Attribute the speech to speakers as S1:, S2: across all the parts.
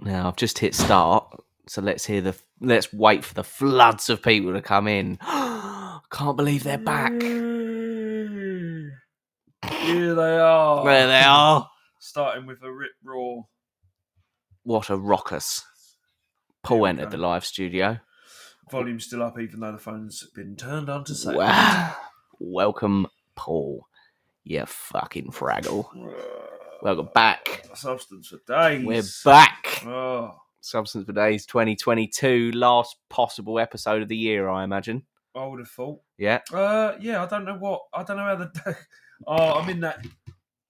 S1: Now I've just hit start, so let's hear the let's wait for the floods of people to come in. Can't believe they're back.
S2: Here they are.
S1: There they are.
S2: Starting with a rip roar.
S1: What a raucous. Paul
S2: we
S1: entered
S2: go.
S1: the live studio.
S2: Volume's still up, even though the phone's been turned on to silent.
S1: Wow. Welcome, Paul. You fucking fraggle. Welcome back.
S2: Substance for days.
S1: We're back.
S2: Oh,
S1: Substance for Days 2022, last possible episode of the year, I imagine.
S2: I would have thought.
S1: Yeah.
S2: Uh, yeah. I don't know what. I don't know how the. oh, I'm in that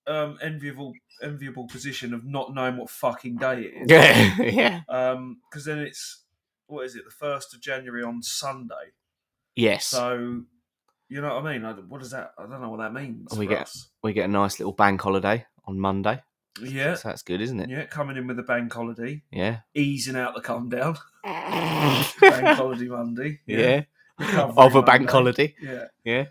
S2: um enviable enviable position of not knowing what fucking day it is.
S1: Yeah. yeah.
S2: Um, because then it's what is it? The first of January on Sunday.
S1: Yes.
S2: So, you know what I mean? I, what does that? I don't know what that means.
S1: We
S2: for
S1: get-
S2: us.
S1: we get a nice little bank holiday on Monday.
S2: yeah,
S1: So that's good, isn't it?
S2: yeah, coming in with a bank holiday,
S1: Yeah.
S2: easing out the calm down.
S1: Yeah.
S2: Bank holiday Monday. Recovery
S1: Of a bank
S2: Monday.
S1: holiday.
S2: Yeah,
S1: Yeah.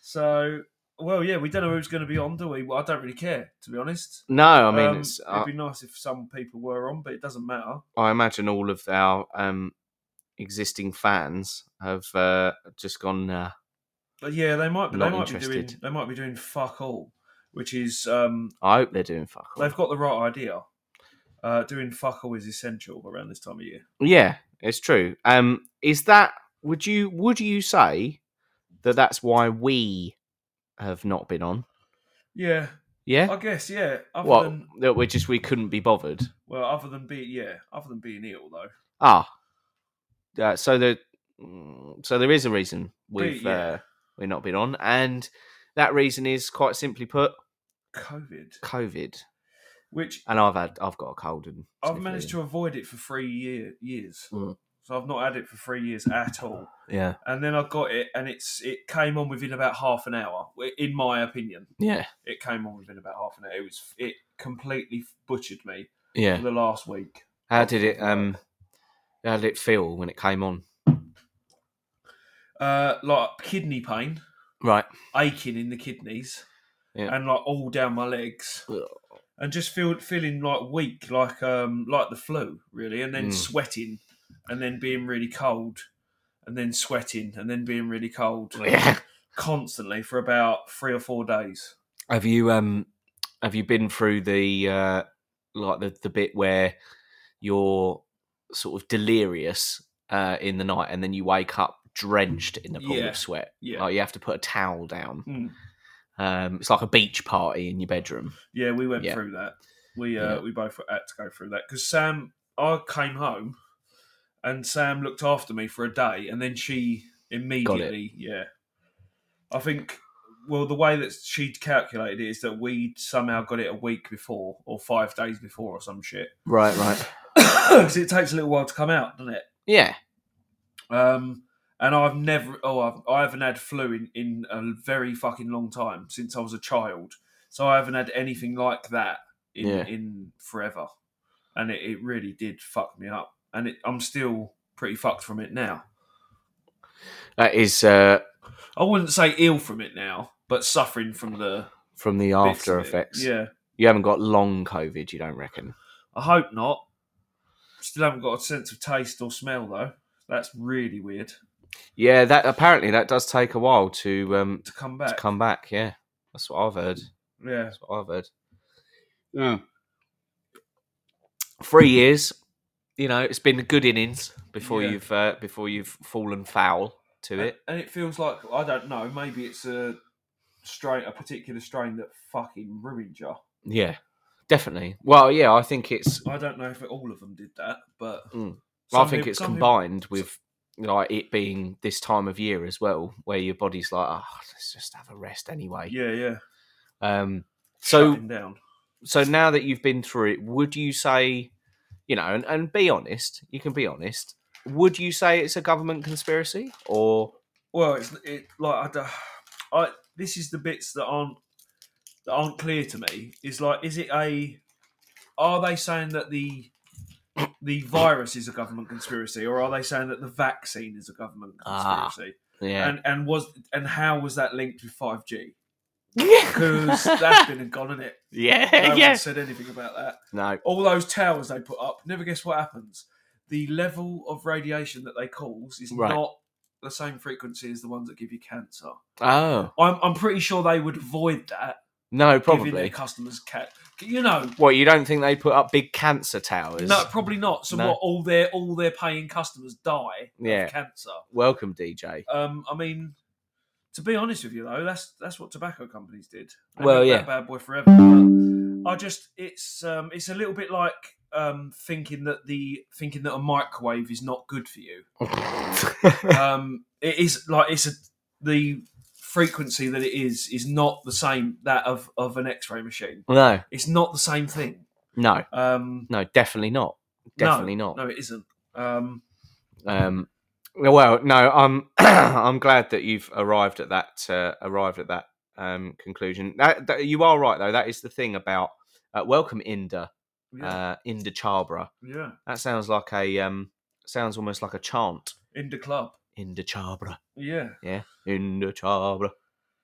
S2: So, well, yeah, we don't know who's going to be on, do we? Well, I don't really care, to be honest.
S1: No, I mean,
S2: Um,
S1: it's, uh,
S2: it'd
S1: I,
S2: be nice if some people were on, but it doesn't matter.
S1: I imagine all of our um, existing fans have uh, just gone, uh,
S2: But yeah, they might. But
S1: Not
S2: they might be doing.
S1: interested.
S2: They might be doing fuck all, which is um,
S1: I hope they're doing fuck all.
S2: they've got the right idea. Uh, doing fuck all is essential around this time of year.
S1: Yeah, it's true. Um, is that would you would you say that that's why we have not been on?
S2: Yeah,
S1: Yeah.
S2: I guess. Yeah. Other
S1: What
S2: than
S1: that we just we couldn't be bothered.
S2: well, other than being yeah, other than being ill though.
S1: Ah, uh, so there, mm, so there is a reason we've
S2: yeah.
S1: uh, we've not been on, and that reason is quite simply put,
S2: COVID,
S1: COVID.
S2: which
S1: And I've had I've got a cold and
S2: I've
S1: sniffly
S2: managed to avoid it for three year, years.
S1: Mm.
S2: So I've not had it for three years at all.
S1: and- yeah
S2: And then I got it, and it's it came on within about half an hour. w- In my opinion,
S1: yeah
S2: it came on within about half an hour. It was it completely butchered me
S1: yeah.
S2: for the last week.
S1: How did it um how did it feel when it came on?
S2: Uh, like kidney pain,
S1: Right.
S2: aching in the kidneys,
S1: Yeah.
S2: and like all down my legs.
S1: Ugh.
S2: and just feel feeling like weak, like um like the flu, really, and then
S1: Mm.
S2: sweating, and then being really cold, and then sweating, and then being really cold
S1: Yeah.
S2: constantly for about three or four days.
S1: Have you um have you been through the uh like the, the bit where you're sort of delirious uh in the night and then you wake up drenched in a pool
S2: Yeah,
S1: of sweat.
S2: Yeah,
S1: Like you have to put a towel down.
S2: Mm.
S1: Um it's like a beach party in your bedroom.
S2: yeah, we went
S1: Yeah.
S2: through that. We uh
S1: Yeah.
S2: we both had to go through that because Sam, I came home, and Sam looked after me for a day, and then she immediately, yeah, I think. Well, the way that she'd calculated it is that we'd somehow got it a week before or five days before or some shit.
S1: Right, right.
S2: because it takes a little while to come out, doesn't it?
S1: Yeah.
S2: Um, and I've never, oh, I've, I haven't had flu in, in a very fucking long time since I was a child. So I haven't had anything like that in,
S1: Yeah.
S2: in forever. And it, it really did fuck me up. And it, I'm still pretty fucked from it now.
S1: That is uh
S2: I wouldn't say ill from it now, but suffering from the
S1: from the
S2: bits
S1: after
S2: of it.
S1: effects.
S2: Yeah.
S1: You haven't got long COVID, you don't reckon?
S2: I hope not. Still haven't got a sense of taste or smell, though. That's really weird
S1: Yeah, that apparently that does take a while to um
S2: to come
S1: to
S2: back.
S1: come back, yeah. That's what I've heard.
S2: yeah.
S1: That's what I've heard. Three years, you know, it's been good innings before
S2: Yeah. Uh,
S1: you've uh, before you've fallen foul to it.
S2: And it feels like I don't know. Maybe it's a strain, a particular strain that fucking ruined you.
S1: Yeah, definitely. Well, yeah, I think it's
S2: I don't know if all of them did that, but
S1: Mm. I
S2: some
S1: think
S2: peop-
S1: it's
S2: some peop-
S1: combined with like it being this time of year as well, where your body's like, oh, let's just have a rest anyway.
S2: yeah, yeah.
S1: Um, so
S2: Shutting down.
S1: so now that you've been through it, would you say, you know, and, and be honest, you can be honest. Would you say it's a government conspiracy or
S2: Well, it's it like I, don't- I this is the bits that aren't that aren't clear to me. Is like, is it a? Are they saying that the the virus is a government conspiracy, or are they saying that the vaccine is a government
S1: Ah,
S2: conspiracy?
S1: yeah?
S2: And and was and how was that linked with five G? because that's been and gone, isn't it?
S1: Yeah,
S2: No
S1: yeah.
S2: one said anything about that.
S1: No,
S2: All those towers they put up, never guess what happens. The level of radiation that they cause is
S1: Right.
S2: not the same frequency as the ones that give you cancer.
S1: oh
S2: I'm, I'm pretty sure they would avoid that.
S1: no,
S2: Giving their
S1: probably.
S2: customers cat, you know,
S1: What you don't think they put up big cancer towers?
S2: no, probably not. So
S1: No.
S2: what? All their all their paying customers die
S1: Yeah.
S2: of cancer.
S1: Welcome, DJ.
S2: Um, I mean, to be honest with you though, that's that's what tobacco companies did.
S1: Well,
S2: made
S1: yeah.
S2: that bad boy forever. But I just it's um it's a little bit like um thinking that the thinking that a microwave is not good for you. Um, it is like it's a, the frequency that it is is not the same that of of an X-ray machine.
S1: no,
S2: It's not the same thing.
S1: no,
S2: Um,
S1: no, definitely not. Definitely
S2: no,
S1: not.
S2: No, it isn't. Um,
S1: Um, well, no, I'm I'm glad that you've arrived at that uh, arrived at that um, conclusion. That, that- you are right though. That is the thing about uh, welcome Inda
S2: yeah,
S1: uh, Inda Chabra.
S2: yeah.
S1: That sounds like a um, sounds almost like a chant.
S2: In the club.
S1: Inda Chabra,
S2: Yeah.
S1: Inda Chabra.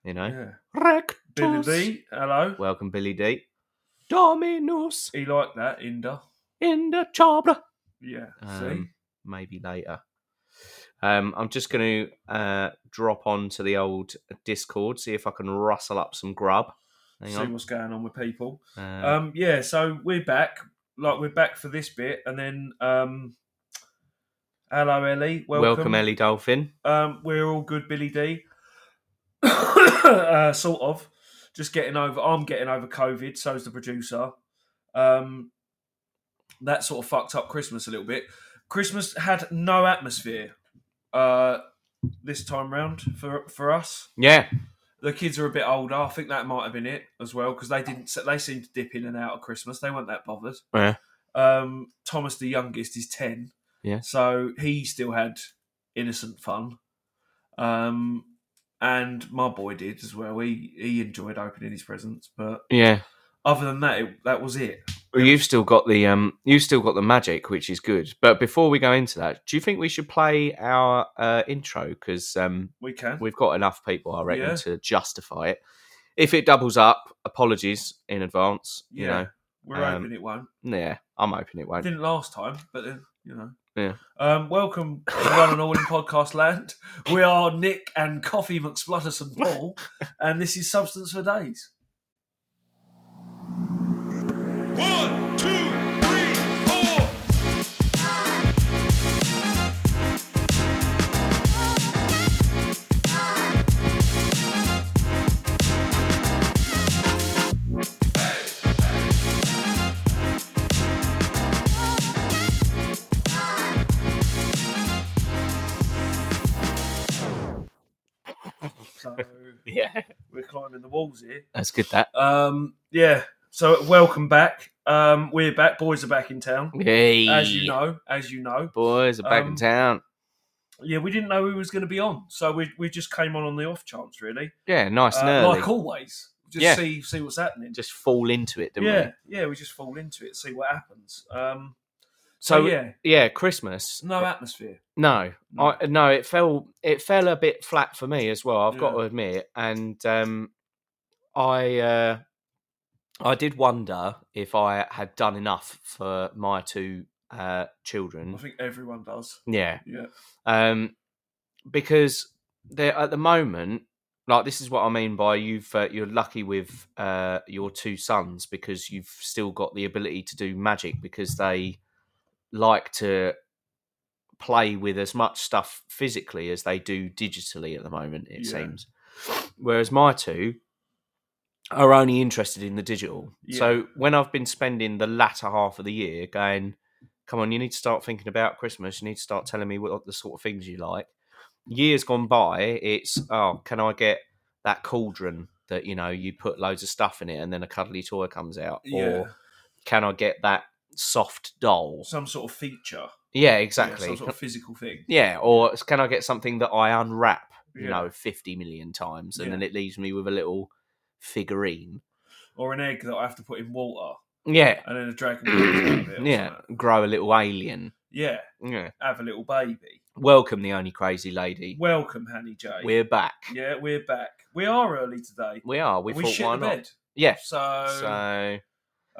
S1: You know,
S2: Yeah. Billy
S1: Rectus.
S2: D. Hello.
S1: Welcome, Billy D. Dominus
S2: He liked that, Inda.
S1: Inda Chabra.
S2: Yeah.
S1: Um, maybe later. Um, I'm just going to uh, drop on to the old Discord, see if I can rustle up some grub.
S2: see?
S1: Hang
S2: See
S1: on.
S2: what's going on with people.
S1: Um,
S2: Um, yeah, so we're back. Like we're back for this bit and then um Hello Ellie. Welcome.
S1: welcome. Ellie Dolphin.
S2: Um we're all good, Billy D. uh, sort of. Just getting over I'm getting over COVID, so's the producer. Um that sort of fucked up Christmas a little bit. Christmas had no atmosphere uh this time round for for us.
S1: Yeah,
S2: the kids are a bit older. I think that might have been it as well because they didn't. They seemed to dip in and out of Christmas. They weren't that bothered.
S1: Yeah.
S2: Um, Thomas, the youngest, is ten.
S1: Yeah.
S2: So he still had innocent fun. Um, and my boy did as well. He he enjoyed opening his presents, but
S1: yeah.
S2: other than that, it, that was it.
S1: Well, you've still got the um, you've still got the magic, which is good. But before we go into that, do you think we should play our uh, intro? Because um,
S2: We can.
S1: we've got enough people, I reckon,
S2: Yeah.
S1: to justify it. If it doubles up, apologies in advance.
S2: yeah. We're
S1: um,
S2: hoping it won't.
S1: You know, yeah, I'm hoping it won't.
S2: Didn't last time, but then you know.
S1: Yeah.
S2: Um, welcome to one and all in podcast land. We are Nick and Coffee McSplutterson Paul, and this is Substance for Days.
S3: One, two, three, four.
S2: So
S1: Yeah,
S2: we're climbing the walls here.
S1: that's good. That
S2: Um, yeah. So welcome back. Um, we're back. Boys are back in town,
S1: hey,
S2: as you know. As you know.
S1: boys are back in
S2: Um,
S1: town.
S2: Yeah, we didn't know who was going to be on, so we we just came on on the off chance, really.
S1: Yeah, nice and
S2: Uh,
S1: early.
S2: like always, just
S1: Yeah.
S2: see see what's happening.
S1: Just fall into it, didn't
S2: yeah, yeah. We just fall into it, see what happens. Um,
S1: So-
S2: so yeah,
S1: we? Yeah, Christmas.
S2: no atmosphere.
S1: No,
S2: No.
S1: I, no, it fell. It fell a bit flat for me as well. I've got
S2: Yeah.
S1: to admit, and um, I, uh, I did wonder if I had done enough for my two uh,
S2: I
S1: children.
S2: think everyone does.
S1: Yeah.
S2: Yeah.
S1: Um, because they're at the moment, like this is what I mean by you've uh, you're lucky with uh your two sons because you've still got the ability to do magic because they like to play with as much stuff physically as they do digitally at the moment. It
S2: Yeah.
S1: seems. Whereas my two are only interested in the digital.
S2: Yeah.
S1: So when I've been spending the latter half of the year going, come on, you need to start thinking about Christmas. You need to start telling me what the sort of things you like. Years gone by, it's oh, can I get that cauldron that you know you put loads of stuff in it and then a cuddly toy comes out,
S2: Yeah.
S1: or can I get that soft doll?
S2: Some sort of feature.
S1: Yeah,
S2: Yeah,
S1: exactly.
S2: some sort of physical thing.
S1: Yeah, or can I get something that I unwrap, you
S2: Yeah.
S1: know, 50 million times and
S2: Yeah.
S1: then it leaves me with a little figurine?
S2: Or an egg that I have to put in water
S1: Yeah,
S2: and then a dragon. comes out of it or
S1: yeah,
S2: something.
S1: grow a little alien.
S2: Yeah.
S1: Yeah,
S2: Have a little baby.
S1: Welcome, the only crazy lady.
S2: Welcome, Hanny J.
S1: We're back.
S2: yeah, we're back. We are early today.
S1: We are. We,
S2: we
S1: thought
S2: shit
S1: why
S2: the
S1: not?
S2: bed.
S1: Yeah.
S2: So,
S1: So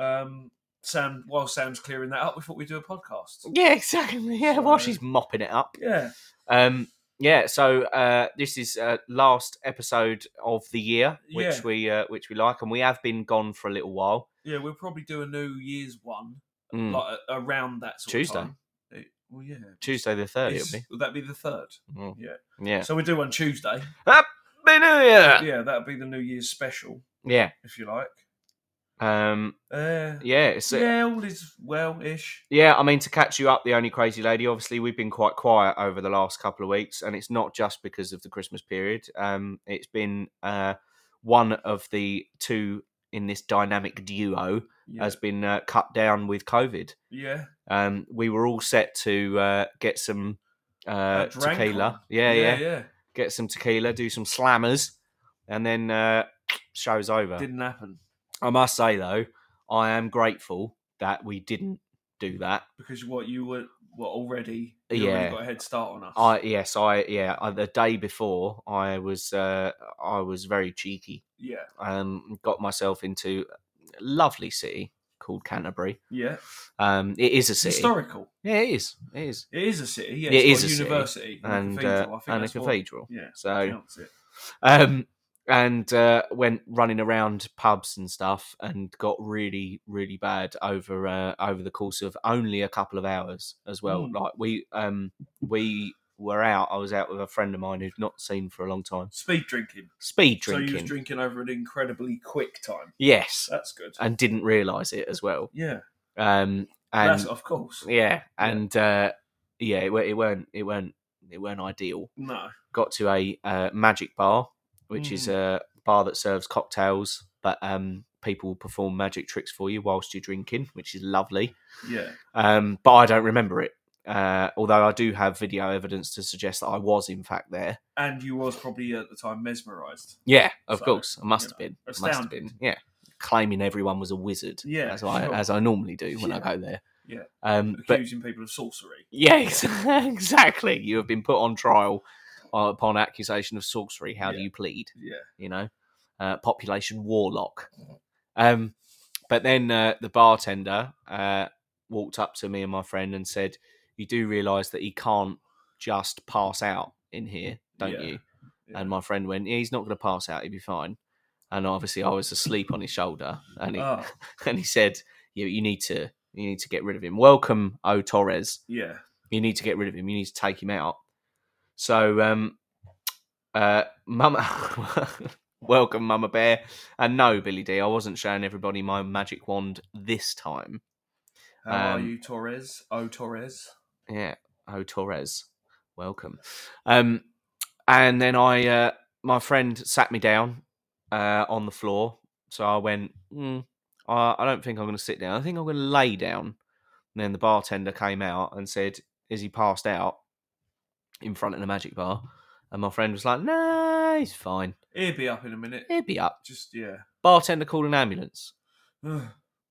S2: um, Sam, while Sam's clearing that up, we thought we'd do a podcast.
S1: yeah, exactly. Yeah, while
S2: So-
S1: she's mopping it up.
S2: Yeah,
S1: Um, yeah. So uh, this is uh, last episode of the year, which
S2: Yeah.
S1: we uh, which we like, and we have been gone for a little while.
S2: yeah, we'll probably do a New Year's one
S1: Mm.
S2: like a- around that sort
S1: Tuesday.
S2: of time. It- Well, yeah.
S1: Tuesday the third,
S2: Is-
S1: it'll be.
S2: Would that be the third?
S1: Mm.
S2: yeah.
S1: Yeah.
S2: So we do one Tuesday.
S1: Happy New Year.
S2: Yeah, that'll be the New Year's special,
S1: Yeah.
S2: if you like.
S1: Um.
S2: Uh,
S1: Yeah. It's,
S2: yeah, all is well ish.
S1: Yeah, I mean to catch you up, the only crazy lady. Obviously, we've been quite quiet over the last couple of weeks, and it's not just because of the Christmas period. Um, it's been uh, one of the two in this dynamic duo
S2: Yeah.
S1: has been uh, cut down with COVID.
S2: yeah.
S1: Um, we were all set to uh, get some uh,
S2: A drank
S1: tequila,
S2: on.
S1: yeah, yeah,
S2: yeah, yeah.
S1: get some tequila, do some slammers, and then uh, show's over.
S2: Didn't happen
S1: I must say though, I am grateful that we didn't do that
S2: because what you were, were already, you yeah.
S1: Yeah.
S2: already got a head start on us.
S1: I yes, I yeah. I, the day before, I was uh, I was very cheeky.
S2: yeah,
S1: Um, got myself into a lovely city called Canterbury.
S2: yeah.
S1: Um, it is a
S2: It's
S1: city.
S2: historical.
S1: Yeah, it is. It is,
S2: It is a city. Yeah,
S1: It is
S2: it's got
S1: a city.
S2: university
S1: and
S2: a cathedral.
S1: uh,
S2: I think
S1: and a
S2: that's what-
S1: cathedral.
S2: yeah,
S1: So,
S2: that's it.
S1: um, and uh, went running around pubs and stuff, and got really, really bad over uh, over the course of only a couple of hours as well.
S2: Mm.
S1: Like we um we were out. I was out with a friend of mine who'd not seen for a long time.
S2: Speed drinking.
S1: speed
S2: So
S1: drinking.
S2: you was drinking over an incredibly quick time.
S1: yes,
S2: That's good.
S1: and didn't realise it as well.
S2: yeah,
S1: Um,
S2: that's
S1: and
S2: of course.
S1: yeah, and uh, yeah, it, wa- it weren't it weren't it weren't ideal.
S2: No.
S1: Got to a uh, magic bar, which is
S2: Mm.
S1: a bar that serves cocktails, but um, people will perform magic tricks for you whilst you're drinking, which is lovely.
S2: Yeah.
S1: Um, but I don't remember it. Uh, although I do have video evidence to suggest that I was in fact there.
S2: And you was probably at the time mesmerised.
S1: Yeah, of
S2: So,
S1: course, I must
S2: you
S1: have
S2: know,
S1: been. Must have
S2: astounded.
S1: been. Yeah, claiming everyone was a wizard.
S2: Yeah,
S1: as I
S2: sure.
S1: as I normally do when I
S2: Yeah.
S1: go there.
S2: Yeah.
S1: Um. But
S2: accusing people of sorcery.
S1: yeah, ex- exactly. You have been put on trial uh, upon accusation of sorcery. How do
S2: Yeah.
S1: you plead?
S2: Yeah.
S1: You know, uh, population warlock. Um. But then uh, the bartender uh, walked up to me and my friend and said, "You do realise that he can't just pass out in here, don't
S2: Yeah.
S1: you?"
S2: Yeah.
S1: And my friend went, yeah, he's not going to pass out. He'll be fine. And obviously, I was asleep on his shoulder, and he,
S2: Ah,
S1: and he said, you, "You need to, you need to get rid of him. Welcome, O Torres.
S2: yeah.
S1: You need to get rid of him. You need to take him out." So, um, uh, Mama, welcome, Mama Bear. And no, Billy D, I wasn't showing everybody my magic wand this time.
S2: How are
S1: Um,
S2: you, Torres? Oh, Torres.
S1: Yeah. Oh, Torres, welcome. Um, and then I, uh, my friend sat me down uh, on the floor. So I went, mm, I, I don't think I'm going to sit down. I think I'm going to lay down. And then the bartender came out and said, Is he passed out in front of the magic bar? And my friend was like, No, he's fine.
S2: He'll be up in a minute.
S1: He'll be up.
S2: Just yeah.
S1: Bartender called an ambulance.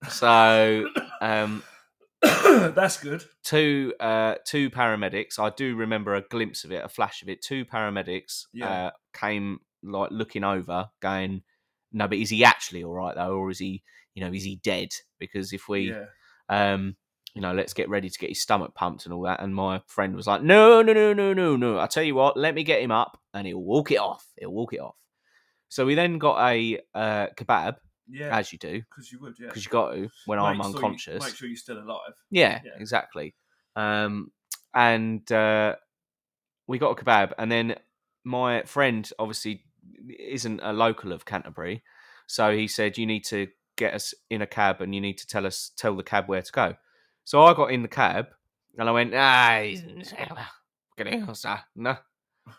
S1: So um,
S2: That's good.
S1: two uh two paramedics i do remember a glimpse of it a flash of it two paramedics
S2: Yeah.
S1: uh, came like looking over going no but is he actually all right though or is he you know is he dead because if we
S2: Yeah.
S1: um you know let's get ready to get his stomach pumped and all that and my friend was like no no no no no no i tell you what let me get him up and he'll walk it off he'll walk it off so we then got a uh, kebab
S2: Yeah.
S1: as you do
S2: Because you would. Yeah.
S1: because you got to when i'm
S2: Make sure you-
S1: unconscious
S2: make sure you're still alive.
S1: yeah,
S2: Yeah.
S1: exactly. Um, and uh, we got a kebab, and then my friend obviously isn't a local of Canterbury, so he said, "You need to get us in a cab, and you need to tell us tell the cab where to go." So I got in the cab, and I went, "Ah, he's- get in, sir." no,"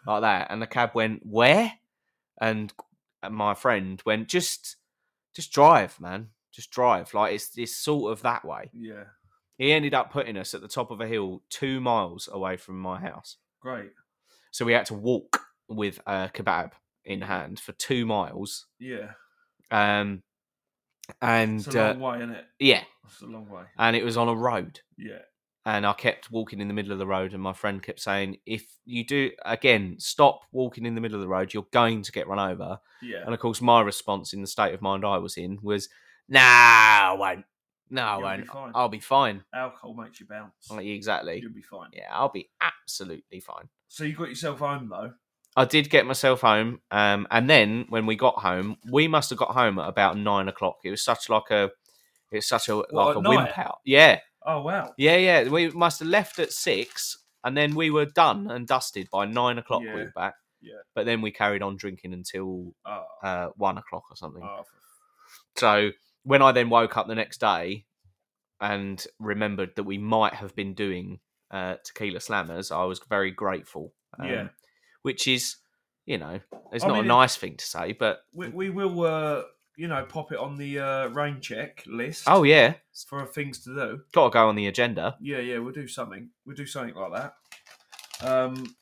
S1: like that, and the cab went where, and and my friend went just just drive, man, just drive. Like it's it's sort of that way.
S2: Yeah.
S1: He ended up putting us at the top of a hill two miles away from my house.
S2: Great.
S1: So we had to walk with a kebab in
S2: Mm-hmm.
S1: hand for two miles.
S2: Yeah.
S1: Um, and
S2: It's a
S1: uh,
S2: long way, isn't it?
S1: yeah,
S2: It's a long way.
S1: and it was on a road.
S2: Yeah.
S1: and I kept walking in the middle of the road, and my friend kept saying, "If you do again, stop walking in the middle of the road. You're going to get run over."
S2: Yeah.
S1: And of course, my response in the state of mind I was in was, "Nah, I won't. No, I
S2: You'll
S1: won't.
S2: be fine."
S1: I'll be fine."
S2: Alcohol makes you bounce.
S1: I'm like, exactly.
S2: You'll be fine.
S1: Yeah, I'll be absolutely fine.
S2: So you got yourself home though.
S1: I did get myself home, um, and then when we got home, we must have got home at about nine o'clock. It was such like a, it's such a like
S2: at
S1: a
S2: night?
S1: wimp out. Yeah,
S2: Oh wow.
S1: Yeah, yeah. We must have left at six, and then we were done and dusted by nine o'clock.
S2: Yeah,
S1: We were back.
S2: yeah.
S1: But then we carried on drinking until
S2: Oh,
S1: uh, one o'clock or something.
S2: oh,
S1: So when I then woke up the next day and remembered that we might have been doing uh, tequila slammers, I was very grateful. um,
S2: Yeah.
S1: Which is, you know, it's
S2: I
S1: not
S2: mean, it-
S1: a nice thing to say, but
S2: we, we will, uh, you know, pop it on the uh, rain check list.
S1: oh yeah,
S2: for things to do.
S1: got to go on the agenda.
S2: Yeah, yeah, we'll do something. We'll do something like that. Um,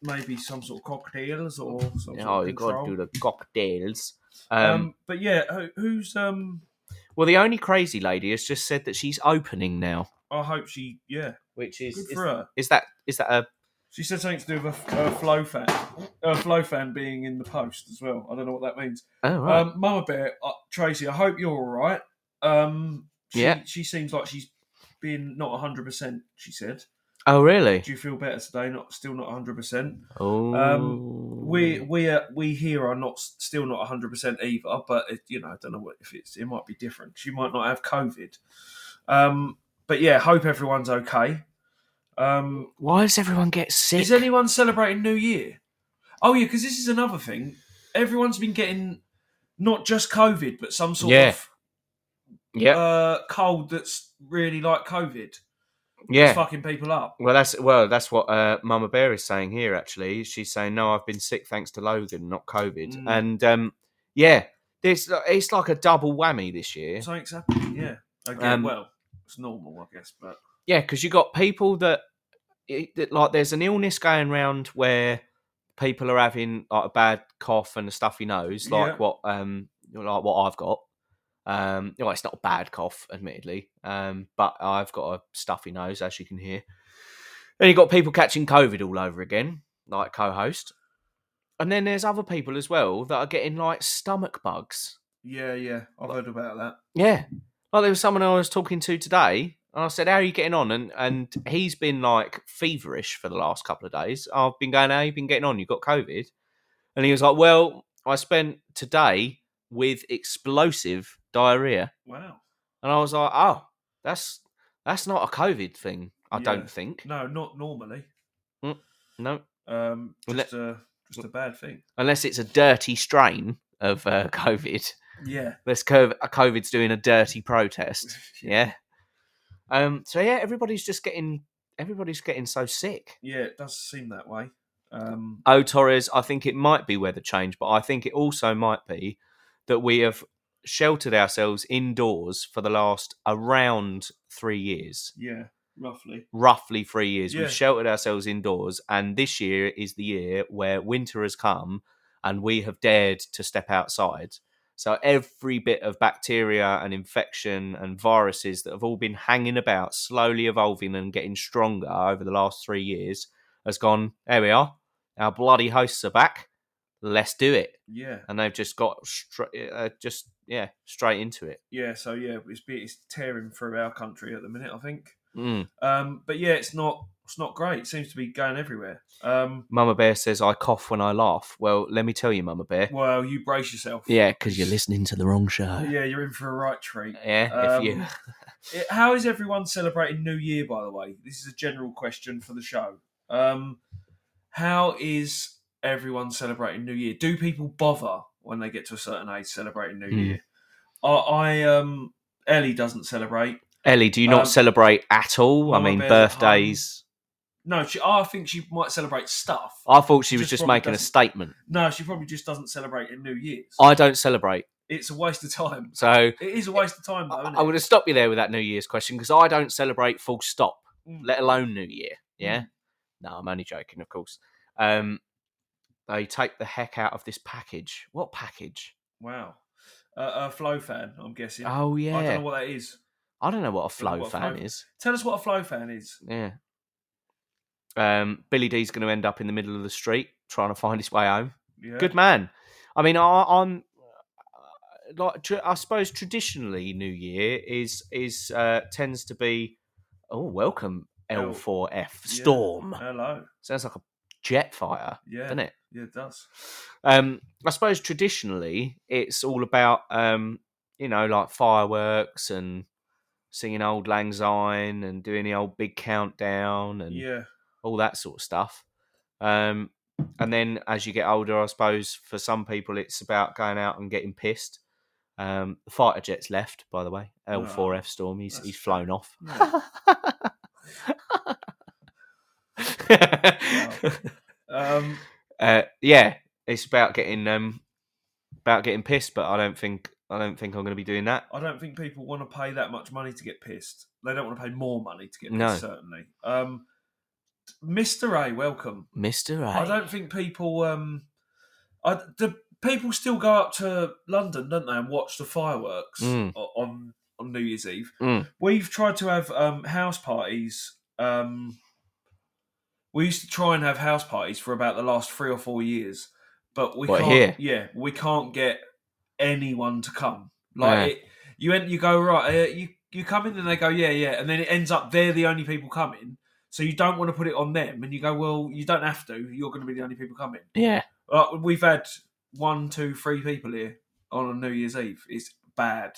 S2: maybe some sort of cocktails or some sort
S1: oh,
S2: of
S1: you got
S2: control.
S1: to do the cocktails.
S2: um,
S1: um,
S2: but yeah, who, who's um?
S1: Well, the only crazy lady has just said that she's opening now,
S2: I hope she. Yeah,
S1: which is
S2: good
S1: is,
S2: for her.
S1: is that is that a
S2: She said something to do with a, a flow fan, a flow fan being in the post as well. I don't know what that means.
S1: oh right.
S2: Um, Mama Bear, uh, Tracy, I hope you're all right. Um, she,
S1: Yeah.
S2: she seems like she's been not hundred percent. She said,
S1: oh really?
S2: "Do you feel better today? Not still not hundred percent."
S1: Oh,
S2: we we are, we here are not still not 100% either but it, you know i don't know what if it's it might be different she might not have covid um but yeah hope everyone's okay um
S1: why does everyone get sick?
S2: is anyone celebrating new year oh yeah because this is another thing everyone's been getting not just covid but some sort
S1: Yeah.
S2: of
S1: yeah,
S2: uh cold that's really like covid
S1: yeah.
S2: it's fucking people up
S1: Well, that's well, that's what uh, Mama Bear is saying here. Actually, she's saying, "No, I've been sick thanks to Logan, not COVID."
S2: Mm.
S1: And um, yeah, this it's like a double whammy this year.
S2: something's happening yeah again
S1: Um,
S2: well it's normal i guess but
S1: Yeah, because you got people that, it- that like there's an illness going round where people are having like a bad cough and a stuffy nose, like
S2: Yeah.
S1: what um like what I've got. Um, well, it's not a bad cough, admittedly, um, but I've got a stuffy nose, as you can hear. Then you got people catching COVID all over again, like co-host, and then there's other people as well that are getting like stomach bugs.
S2: yeah yeah i've heard about that
S1: Yeah. Well, there was someone I was talking to today, and I said, "How are you getting on?" And and he's been like feverish for the last couple of days. I've been going, "How you been getting on? You got COVID?" And he was like, "Well, I spent today with explosive diarrhea,"
S2: wow
S1: and I was like, "Oh, that's that's not a COVID thing, I
S2: Yeah.
S1: don't think.
S2: No, not normally.
S1: No,
S2: Um,
S1: Well,
S2: just a just a bad thing.
S1: unless it's a dirty strain of uh, COVID.
S2: Yeah,
S1: Unless cov- COVID's doing a dirty protest." Yeah. Um. So yeah, everybody's just getting everybody's getting so sick.
S2: yeah. It does seem that way. Um,
S1: Oh, Torres, I think it might be weather change, but I think it also might be that we have sheltered ourselves indoors for the last around three years,
S2: yeah, roughly.
S1: roughly three years.
S2: Yeah.
S1: We've sheltered ourselves indoors, and this year is the year where winter has come and we have dared to step outside. So every bit of bacteria and infection and viruses that have all been hanging about, slowly evolving and getting stronger over the last three years, has gone. There we are. Our bloody hosts are back. Let's do it.
S2: Yeah,
S1: And they've just got stra- uh, just yeah straight into it.
S2: yeah. So yeah, it's be- it's tearing through our country at the minute. I think.
S1: Mm.
S2: Um, but yeah, it's not it's not great. It seems to be going everywhere. Um,
S1: Mama Bear says I cough when I laugh. Well, let me tell you, Mama Bear.
S2: well, you brace yourself.
S1: Yeah, because you're listening to the wrong show.
S2: Yeah, you're in for a right treat.
S1: Yeah, if you
S2: Um, it- how is everyone celebrating New Year, by the way? This is a general question for the show. Um, how is everyone celebrating New Year? Do people bother when they get to a certain age celebrating New
S1: Hmm.
S2: Year? I, I um, Ellie doesn't celebrate.
S1: Ellie, do you not
S2: um,
S1: celebrate at all? I
S2: Mama
S1: mean,
S2: Bear's at
S1: birthdays.
S2: No, she, I think she might celebrate stuff.
S1: I thought she was
S2: um, Just
S1: just
S2: probably
S1: making a
S2: doesn't-
S1: statement.
S2: No, she probably just doesn't celebrate in New Year's.
S1: I don't celebrate,
S2: it's a waste of time.
S1: so I,
S2: It is a waste of time, though. Isn't it?
S1: I would have stopped you there with that New Year's question because I don't celebrate. Full stop.
S2: Mm.
S1: Let alone New Year. Yeah. No, I'm only joking, of course. Um, they take the heck out of this package. What package?
S2: Wow. Uh, a flow fan, I'm guessing.
S1: Oh yeah.
S2: I don't know what that is.
S1: I don't know what a flow
S2: what a
S1: fan
S2: flow-
S1: is.
S2: Tell us what a flow fan is.
S1: Yeah. Um, Billy D's going to end up in the middle of the street trying to find his way home.
S2: Yeah.
S1: Good man. I mean, I, I'm uh, like tr- I suppose traditionally New Year is is uh, tends to be oh welcome
S2: Oh,
S1: L4F
S2: yeah.
S1: Storm.
S2: Hello.
S1: Sounds like a jet fighter,
S2: Yeah.
S1: doesn't it?
S2: Yeah, it does.
S1: Um, I suppose traditionally it's all about um, you know like fireworks and singing old lang syne and doing the old big countdown and
S2: Yeah.
S1: all that sort of stuff. Um, and then as you get older, I suppose for some people it's about going out and getting pissed. Um, the fighter jet's left, by the way.
S2: Oh,
S1: L4F Storm, he's,
S2: that's-
S1: he's flown off.
S2: Yeah. Um,
S1: uh, yeah, it's about getting um, about getting pissed, but I don't think I don't think I'm going to be doing that.
S2: I don't think people want to pay that much money to get pissed. They don't want to pay more money to get
S1: No.
S2: pissed, certainly. Um, Mr. A, welcome.
S1: Mister A,
S2: I don't think people. Um, I, the people still go up to London, don't they, and watch the fireworks
S1: Mm.
S2: o- on on New Year's Eve.
S1: Mm.
S2: We've tried to have um, house parties. Um, we used to try and have house parties for about the last three or four years, but we
S1: What,
S2: can't.
S1: here?
S2: Yeah, we can't get anyone to come. Like it, you, en- you go right. Uh, you you come in and they go yeah yeah, and then it ends up they're the only people coming. So you don't want to put it on them, and you go, well, you don't have to. You're going to be the only people coming.
S1: yeah,
S2: Like we've had one, two, three people here on a New Year's Eve. It's bad.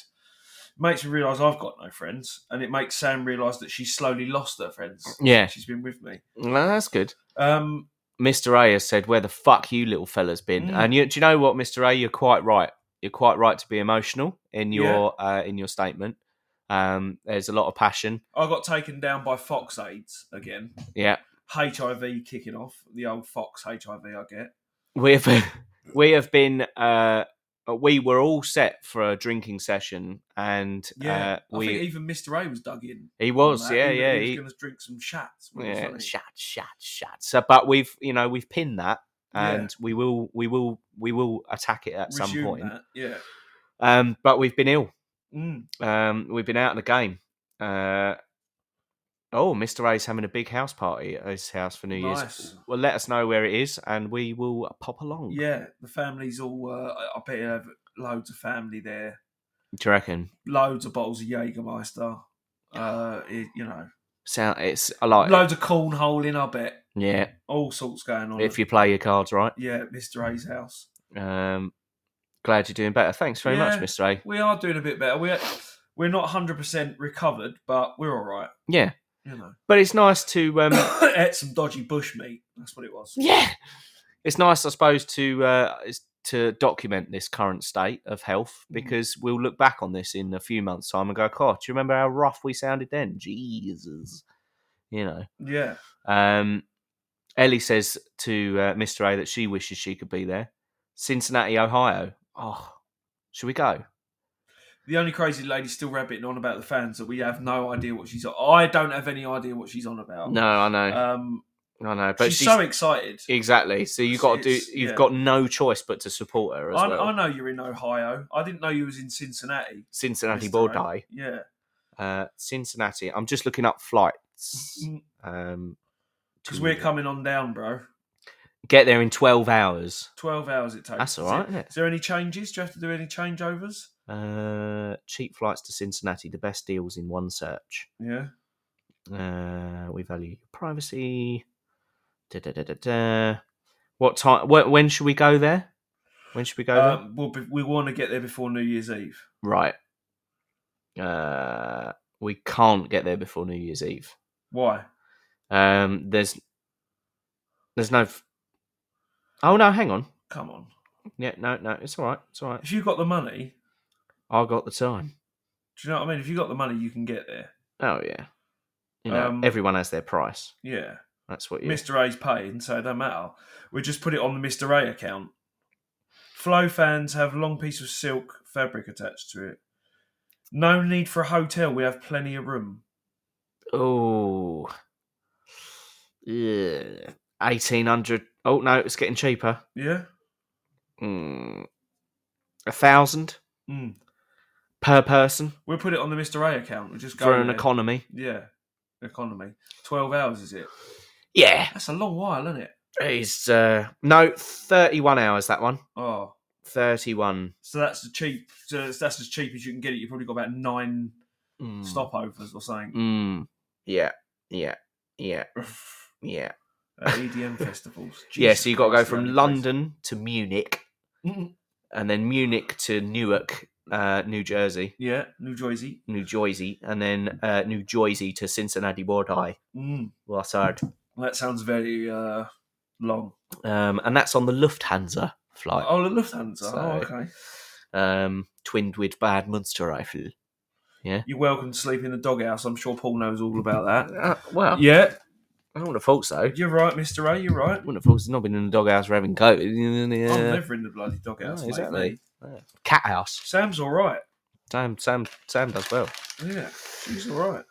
S2: makes me realise I've got no friends, and it makes Sam realise that she's slowly lost her friends.
S1: yeah,
S2: She's been with me.
S1: no, that's good.
S2: Um,
S1: Mr. A has said, "Where the fuck you little fella's been?"
S2: Mm.
S1: And you, do you know what, Mr. A? You're quite right. You're quite right to be emotional in your uh, in your statement. Um, there's a lot of passion.
S2: I got taken down by Fox AIDS again.
S1: Yeah,
S2: HIV kicking off. The old Fox HIV I get.
S1: we've we have been. Uh, we were all set for a drinking session, and
S2: Yeah,
S1: uh,
S2: I
S1: we
S2: think even Mr A was dug in.
S1: he
S2: on
S1: was
S2: that.
S1: yeah
S2: He-
S1: yeah
S2: He was
S1: he,
S2: going to drink some shots. wasn't
S1: yeah
S2: he?
S1: shat shat shat. So, but we've you know we've pinned that,
S2: Yeah.
S1: and we will we will we will attack it at some
S2: Resume
S1: point.
S2: that, Yeah.
S1: Um, but we've been ill.
S2: Mm.
S1: Um, we've been out of the game. Uh, oh, Mr. A's having a big house party at his house for New
S2: Nice.
S1: Year's. Well, let us know where it is, and we will pop along.
S2: Yeah, the family's all. Uh, I- I bet you have loads of family there.
S1: Do you reckon?
S2: Loads of bottles of Jägermeister. Uh, it, you know,
S1: Sound it's I like.
S2: loads of cornholing. I bet
S1: Yeah,
S2: all sorts going on.
S1: if you play your cards right.
S2: yeah, Mr A's house.
S1: Um, glad you're doing better. Thanks very much,
S2: Yeah.
S1: Mr. A.
S2: We are doing a bit better. We're we're not hundred percent recovered, but we're all right.
S1: Yeah,
S2: You know,
S1: but it's nice to. Um,
S2: ate some dodgy bush meat. That's what it was.
S1: yeah, it's nice, I suppose, to uh, is to document this current state of health
S2: Mm-hmm.
S1: because we'll look back on this in a few months' time and go, "God, do you remember how rough we sounded then?" Jesus, you know.
S2: Yeah,
S1: Um, Ellie says to uh, Mister A that she wishes she could be there. Cincinnati, Ohio. Oh, should we go?
S2: the only crazy lady still rabbiting on about the fans that we have no idea what she's. on. I don't have any idea what she's on about.
S1: No, I know,
S2: Um,
S1: I know, but
S2: she's,
S1: she's,
S2: so excited.
S1: exactly. So you got to do.
S2: It's-
S1: You've
S2: yeah.
S1: got no choice but to support her as
S2: I,
S1: well.
S2: I know you're in Ohio. I didn't know you was in Cincinnati.
S1: Cincinnati
S2: Mr.
S1: Bordeaux.
S2: O. Yeah.
S1: Uh, Cincinnati. I'm just looking up flights.
S2: Mm.
S1: Um,
S2: Because
S1: to
S2: we're coming on down, bro.
S1: get there in 12 hours.
S2: 12 hours it takes.
S1: That's all
S2: Is
S1: right,
S2: it-
S1: isn't it?
S2: Is there any changes? Do you have to do any changeovers?
S1: Uh, cheap flights to Cincinnati, the best deals in one search.
S2: Yeah.
S1: Uh, we value your privacy. Da, da, da, da, da. What time? Wh- when should we go there? When should we go there?
S2: Um, we'll be, we want to get there before New Year's Eve.
S1: Right. Uh, we can't get there before New Year's Eve.
S2: Why?
S1: Um, there's, there's no. f- oh no! Hang on.
S2: Come on.
S1: Yeah, no, no, it's all right. It's all right.
S2: If you've got the money,
S1: I got the time.
S2: do you know what I mean? If you've got the money, you can get there.
S1: Oh yeah, you know
S2: Um,
S1: everyone has their price.
S2: Yeah.
S1: That's what you.
S2: Mr. A's paying, so it don't matter. We just put it on the Mr. A account. Flow fans have a long piece of silk fabric attached to it. No need for a hotel. We have plenty of room.
S1: Oh, eighteen hundred. Oh no, it's getting cheaper.
S2: Yeah.
S1: Mm. A thousand
S2: Mm.
S1: per person
S2: We'll put it on the Mr. A account. We'll just go
S1: for an
S2: there.
S1: economy.
S2: Yeah, economy. Twelve hours is it?
S1: Yeah,
S2: That's a long while, isn't it?
S1: it's uh, no thirty-one hours that one.
S2: Oh,
S1: Thirty-one.
S2: so that's the cheap. So that's that's as cheap as you can get it. You've probably got about nine
S1: Mm.
S2: stopovers or something
S1: Mm. Yeah, yeah, yeah,
S2: at
S1: yeah.
S2: EDM E festivals.
S1: Hmm. yeah, Mm-hmm.
S2: Jesus
S1: so you got to go
S2: Christ,
S1: from
S2: they're
S1: London to Munich,
S2: Mm.
S1: and then Munich to Newark, uh, New Jersey,
S2: Yeah, New Jersey.
S1: New Jersey, and then uh, New Jersey to Cincinnati, Wadi,
S2: Mm.
S1: Wassard.
S2: That sounds very uh, long.
S1: Um, and that's on the Lufthansa flight,
S2: Oh, the Lufthansa.
S1: So-
S2: oh, okay.
S1: um, twinned with Bad Munster Rifle.
S2: You're welcome to sleep in the doghouse. I'm sure Paul knows all about that.
S1: Uh, well,
S2: Yeah,
S1: I wouldn't have thought so. I
S2: you're right, Mister A. You're right.
S1: wouldn't have thought he's not been in the doghouse for having COVID.
S2: I'm never in the bloody doghouse.
S1: No,
S2: mate,
S1: exactly.
S2: mate.
S1: Cat house.
S2: Sam's all right.
S1: Sam, Sam, Sam does well.
S2: Yeah, she's all right.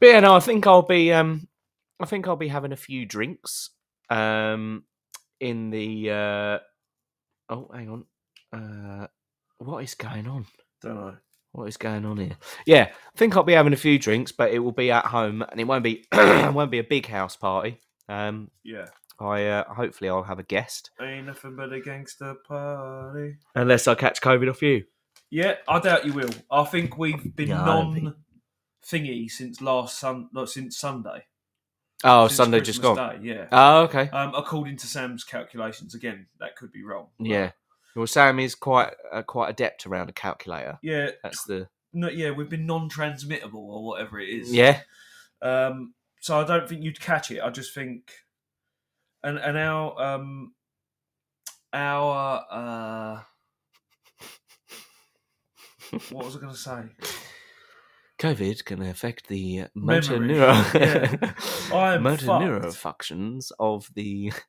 S1: But yeah, no, I think I'll be um I think I'll be having a few drinks um in the uh oh hang on. Uh what is going on?
S2: Don't know.
S1: What is going on here? Yeah, I think I'll be having a few drinks, but it will be at home and it won't be it won't be a big house party. Um
S2: Yeah,
S1: I uh, hopefully I'll have a guest.
S2: ain't nothing but a gangster party.
S1: Unless I catch COVID off you.
S2: Yeah, I doubt you will. I think we've been
S1: No, I don't think-
S2: non thingy since last sun no, since Sunday.
S1: Oh,
S2: Since
S1: Sunday just
S2: Christmas
S1: gone.
S2: Day, yeah.
S1: Oh, okay.
S2: Um, according to Sam's calculations, again, that could be wrong.
S1: Yeah. Well, Sam is quite uh, quite adept around a calculator.
S2: Yeah,
S1: That's the
S2: no, yeah, we've been non-transmittable or whatever it is.
S1: yeah.
S2: Um, so I don't think you'd catch it. I just think, and and our um, our uh, what was I going to say?
S1: COVID can affect the motor
S2: Memory,
S1: neuro
S2: yeah. I am
S1: motor
S2: fucked.
S1: neuro functions of the.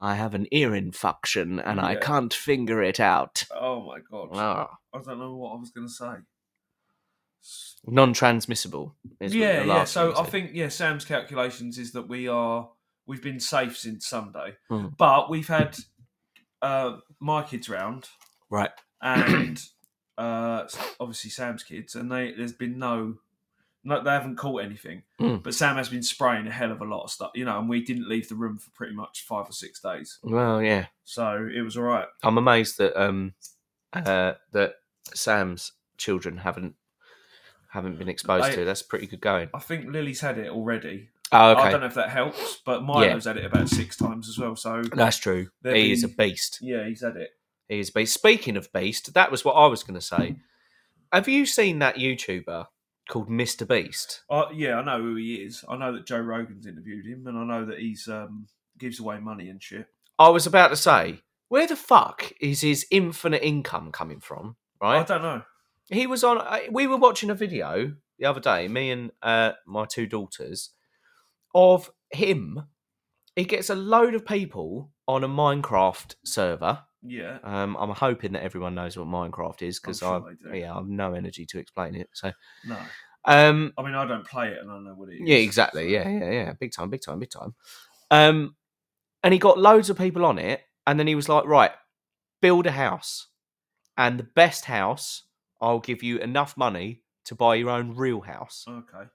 S1: I have an ear infection and I
S2: Yeah.
S1: can't finger it out.
S2: Oh my god!
S1: Ah,
S2: I don't know what I was going to say. S-
S1: non-transmissible. Is
S2: yeah,
S1: the
S2: yeah.
S1: last thing
S2: So
S1: you
S2: I
S1: said.
S2: think yeah, Sam's calculations is that we are we've been safe since Sunday,
S1: Hmm.
S2: but we've had uh, my kids round
S1: right.
S2: and uh, s- obviously Sam's kids, and they there's been no. No, they haven't caught anything,
S1: Mm.
S2: but Sam has been spraying a hell of a lot of stuff, you know. And we didn't leave the room for pretty much five or six days,
S1: Well, yeah.
S2: so it was all right.
S1: I'm amazed that um uh that Sam's children haven't haven't been exposed
S2: I-
S1: to. That's pretty good going.
S2: I think Lily's had it already.
S1: Oh,
S2: I
S1: okay.
S2: don't know if that helps, but Milo's had it about six times as well. So
S1: That's true. He
S2: They've
S1: is a
S2: been-
S1: beast.
S2: yeah, he's had it.
S1: He is a beast. Speaking of beast, that was what I was going to say. Have you seen that YouTuber called Mr. Beast?
S2: Uh, yeah, I know who he is. I know that Joe Rogan's interviewed him, and I know that he's um, gives away money and shit.
S1: I was about to say, where the fuck is his infinite income coming from?
S2: I
S1: Right?
S2: don't know.
S1: He was on. I- We were watching a video the other day, me and uh, my two daughters, of him. He gets a load of people on a Minecraft server.
S2: Yeah,
S1: Um, I'm hoping that everyone knows what Minecraft is because
S2: sure
S1: I,
S2: they do.
S1: yeah, I've no energy to explain it. So,
S2: no.
S1: um,
S2: I mean, I don't play it, and I know what it is.
S1: Yeah, exactly. Yeah, yeah, yeah. Big time, big time, big time. Um, and he got loads of people on it, and then he was like, "Right, build a house, and the best house, I'll give you enough money to buy your own real house."
S2: Okay.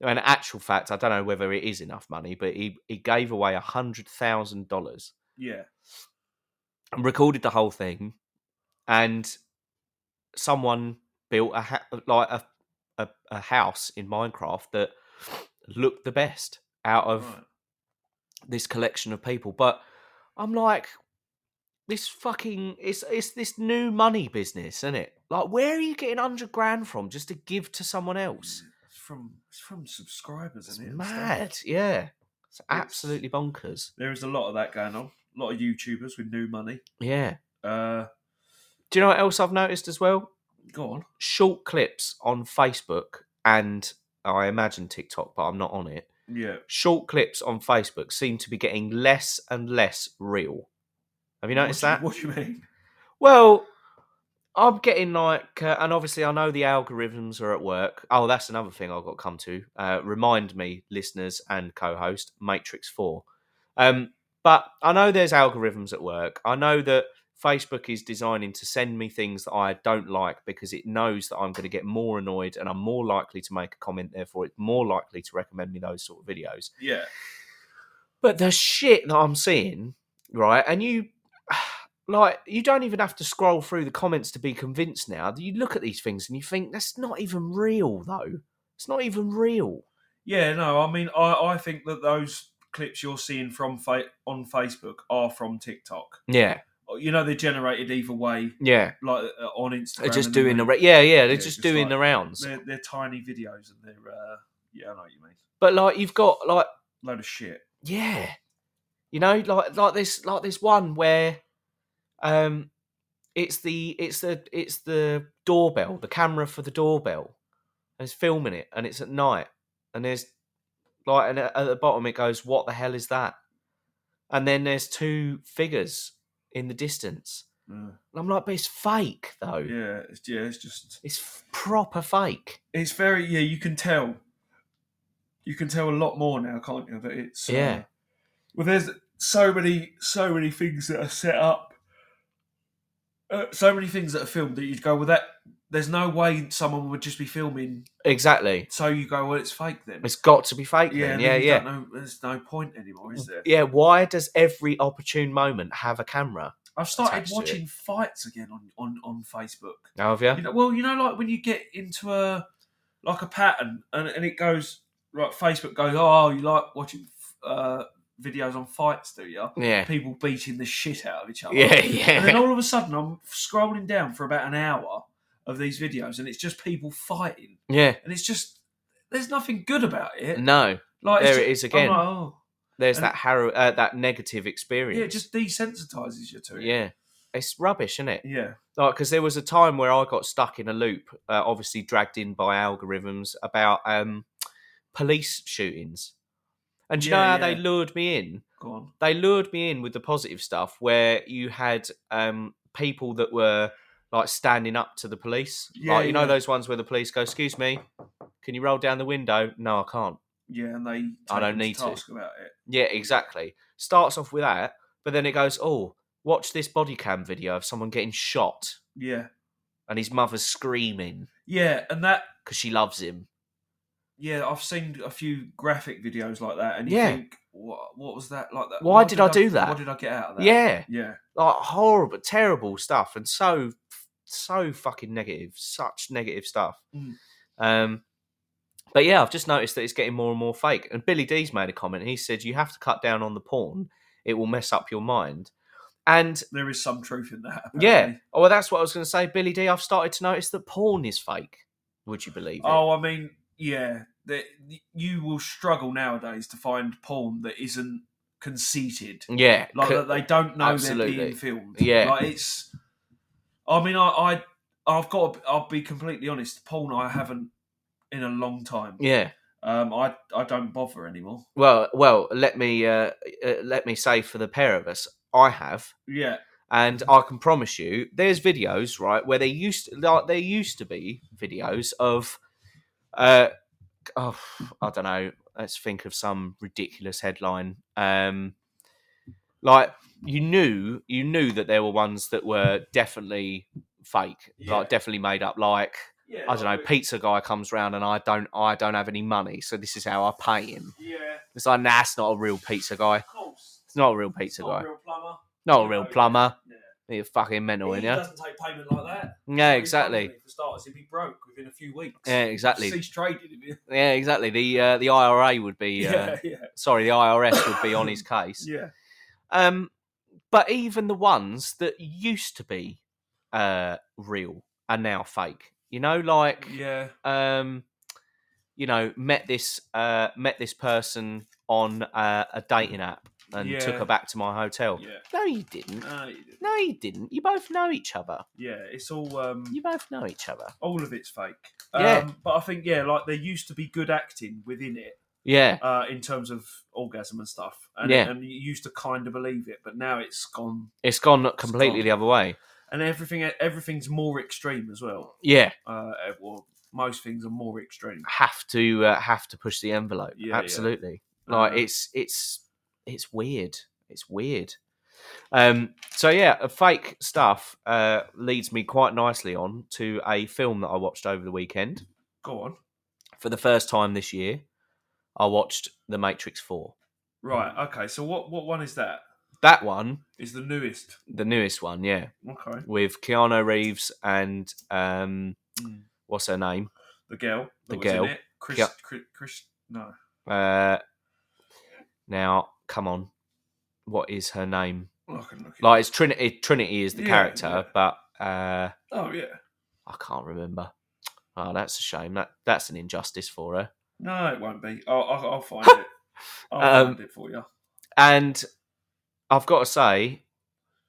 S1: And actual fact, I don't know whether it is enough money, but he he gave away a hundred thousand dollars
S2: Yeah.
S1: and recorded the whole thing, and someone built a ha- like a, a a house in Minecraft that looked the best out of
S2: right.
S1: this collection of people. But I'm like, this fucking it's it's this new money business, isn't it? Like, where are you getting hundred grand from just to give to someone else?
S2: It's from it's from subscribers,
S1: It's
S2: isn't it? and stuff.
S1: mad, yeah. It's absolutely bonkers.
S2: There is a lot of that going on. A lot of YouTubers with new money.
S1: Yeah.
S2: Uh,
S1: Do you know what else I've noticed as well?
S2: go on.
S1: Short clips on Facebook and I imagine TikTok, but I'm not on it.
S2: Yeah.
S1: Short clips on Facebook seem to be getting less and less real. Have you
S2: What
S1: noticed
S2: do
S1: that?
S2: What do you mean?
S1: Well, I'm getting like, uh, and obviously I know the algorithms are at work. Oh, that's another thing I've got to come to. Uh, remind me, listeners and co-host, Matrix Four. Um, but I know there's algorithms at work. I know that Facebook is designing to send me things that I don't like because it knows that I'm going to get more annoyed and I'm more likely to make a comment. Therefore, it's more likely to recommend me those sort of videos.
S2: Yeah.
S1: But the shit that I'm seeing, right? And you, like, you don't even have to scroll through the comments to be convinced now. You look at these things and you think, that's not even real, though. It's not even real.
S2: Yeah, no, I mean, I, I think that those clips you're seeing from fa- on Facebook are from TikTok. Oh,
S1: Yeah.
S2: You know, they're generated either way,
S1: Yeah.
S2: like uh, on Instagram.
S1: They're just
S2: and then
S1: doing
S2: they-
S1: the ra- yeah, yeah. They're
S2: Yeah,
S1: just,
S2: just
S1: doing
S2: like-
S1: the rounds.
S2: They're, they're tiny videos and they're, uh, yeah, I know what you mean.
S1: But like, you've got like
S2: Load of shit.
S1: yeah you know like like this like this one where um it's the it's the it's the doorbell the camera for the doorbell and it's filming it and it's at night and there's like and at at the bottom it goes what the hell is that and then there's two figures in the distance
S2: Uh,
S1: and i'm like but it's fake though
S2: yeah, it's, yeah, it's just,
S1: it's f- proper fake
S2: it's very, yeah, you can tell. You can tell a lot more now, can't you? That it's, uh,
S1: Yeah.
S2: well, there's so many, so many things that are set up. Uh, so many things that are filmed that you'd go, well, that, there's no way someone would just be filming
S1: exactly
S2: So you go, well, it's fake then.
S1: it's got to be fake then.
S2: then
S1: yeah
S2: you
S1: yeah
S2: don't know- there's no point anymore, is there?
S1: yeah why does every opportune moment have a camera
S2: I've started
S1: attached to it.
S2: watching fights again on, on, on Facebook.
S1: now Oh, have you
S2: You know, well, you know, like when you get into a like a pattern, and, and it goes right. Facebook goes, oh, you like watching uh, videos on fights, do you?
S1: Yeah.
S2: People beating the shit out of each other.
S1: Yeah,
S2: And then
S1: yeah.
S2: all of a sudden, I'm scrolling down for about an hour of these videos, and it's just people fighting,
S1: Yeah.
S2: and it's just there's nothing good about it.
S1: No.
S2: like it's
S1: there it
S2: just-
S1: is again.
S2: I'm like, oh.
S1: There's
S2: and-
S1: that harrow uh, that negative experience.
S2: Yeah, it just desensitizes you to it.
S1: Yeah. It's rubbish, isn't it?
S2: Yeah.
S1: Like, because there was a time where I got stuck in a loop, uh, obviously dragged in by algorithms about um, police shootings. And do you know
S2: Yeah,
S1: how
S2: yeah.
S1: they lured me in?
S2: Go on.
S1: they lured me in with the positive stuff where you had um, people that were like standing up to the police.
S2: Yeah,
S1: like, you know
S2: yeah.
S1: those ones where the police go, "Excuse me, can you roll down the window?" No, I can't.
S2: Yeah, and they.
S1: I
S2: take
S1: don't
S2: them
S1: need to.
S2: task about it.
S1: Yeah, exactly. Starts off with that, but then it goes, "Oh, watch this body cam video of someone getting shot
S2: Yeah,
S1: and his mother's screaming
S2: yeah, and that.
S1: because she loves him."
S2: Yeah, I've seen a few graphic videos like that, and you
S1: Yeah.
S2: think, what, what was that like? That.
S1: Why
S2: what
S1: did I do that?
S2: What did I get out of that?
S1: Yeah,
S2: Yeah.
S1: like horrible, terrible stuff, and so so fucking negative, such negative stuff.
S2: Mm.
S1: Um, but yeah, I've just noticed that it's getting more and more fake. And Billy D's made a comment. He said you have to cut down on the porn; it will mess up your mind. And
S2: There is some truth in that.
S1: yeah,
S2: apparently.
S1: oh, well, that's what I was going to say, Billy D. I've started to notice that porn is fake. Would you believe it?
S2: Oh, I mean, yeah. That you will struggle nowadays to find porn that isn't conceited.
S1: yeah,
S2: like
S1: c-
S2: that they don't know
S1: absolutely.
S2: they're being filmed.
S1: Yeah.
S2: like it's. I mean, I, I I've got. to- I'll be completely honest. Porn, I haven't in a long time.
S1: yeah.
S2: Um, I I don't bother anymore.
S1: Well, well, let me uh, uh, let me say for the pair of us, I have.
S2: Yeah,
S1: and
S2: Mm-hmm.
S1: I can promise you, there's videos right where they used like there used to be videos of, uh, oh, I don't know. Let's think of some ridiculous headline. Um, like you knew, you knew that there were ones that were definitely fake,
S2: Yeah.
S1: like definitely made up. Like
S2: yeah.
S1: I don't know, pizza guy comes round and I don't, I don't have any money, so this is how I pay him.
S2: Yeah,
S1: It's like, nah, it's not a real pizza guy.
S2: of course.
S1: It's not a real pizza guy.
S2: real plumber.
S1: Not a real
S2: Yeah.
S1: plumber.
S2: Yeah.
S1: You're fucking mental, in you?
S2: doesn't take payment like that.
S1: Yeah, exactly.
S2: For starters, he'd be broke within a few weeks.
S1: Yeah, exactly.
S2: Cease trading. Yeah,
S1: Yeah, exactly. The uh, the IRA would be uh,
S2: yeah, yeah.
S1: sorry, the IRS would be on his case.
S2: yeah.
S1: Um, but even the ones that used to be uh real are now fake. You know, like
S2: yeah.
S1: um, you know, met this uh met this person on uh, a dating app and took
S2: Yeah.
S1: her back to my hotel.
S2: Yeah.
S1: No, you didn't.
S2: No, you didn't.
S1: No, you didn't. You both know each other.
S2: yeah, it's all um,
S1: You both know each other.
S2: all of it's fake.
S1: Yeah.
S2: Um, but I think yeah, like there used to be good acting within it
S1: Yeah,
S2: uh, in terms of orgasm and stuff, and,
S1: Yeah.
S2: and you used to kind of believe it, but now it's gone,
S1: it's gone completely
S2: gone.
S1: the other way.
S2: and everything everything's more extreme as well.
S1: Yeah.
S2: Uh, well, most things are more extreme.
S1: have to uh, have to push the envelope.
S2: Yeah, Uh-huh. yeah.
S1: Absolutely. Like
S2: Uh,
S1: it's it's it's weird. It's weird. Um, so yeah, fake stuff uh, leads me quite nicely on to a film that I watched over the weekend.
S2: Go on.
S1: For the first time this year, I watched The Matrix Four.
S2: Right. Okay. So what what one is that?
S1: That one,
S2: Is the newest.
S1: the newest one, yeah,
S2: Okay.
S1: with Keanu Reeves and um,
S2: Mm.
S1: what's her name?
S2: The girl.
S1: The
S2: that was in
S1: girl.
S2: it. Chris,
S1: Yep.
S2: Chris. Chris. No.
S1: Uh, now, come on, what is her name?
S2: Oh, I can look it.
S1: Like it's Trinity. Trinity is the
S2: Yeah,
S1: character, but uh,
S2: oh yeah.
S1: I can't remember. Oh, that's a shame. That that's an injustice for her.
S2: No, it won't be. I'll, I'll, I'll find it. I'll
S1: Um,
S2: find it for you.
S1: And I've got to say,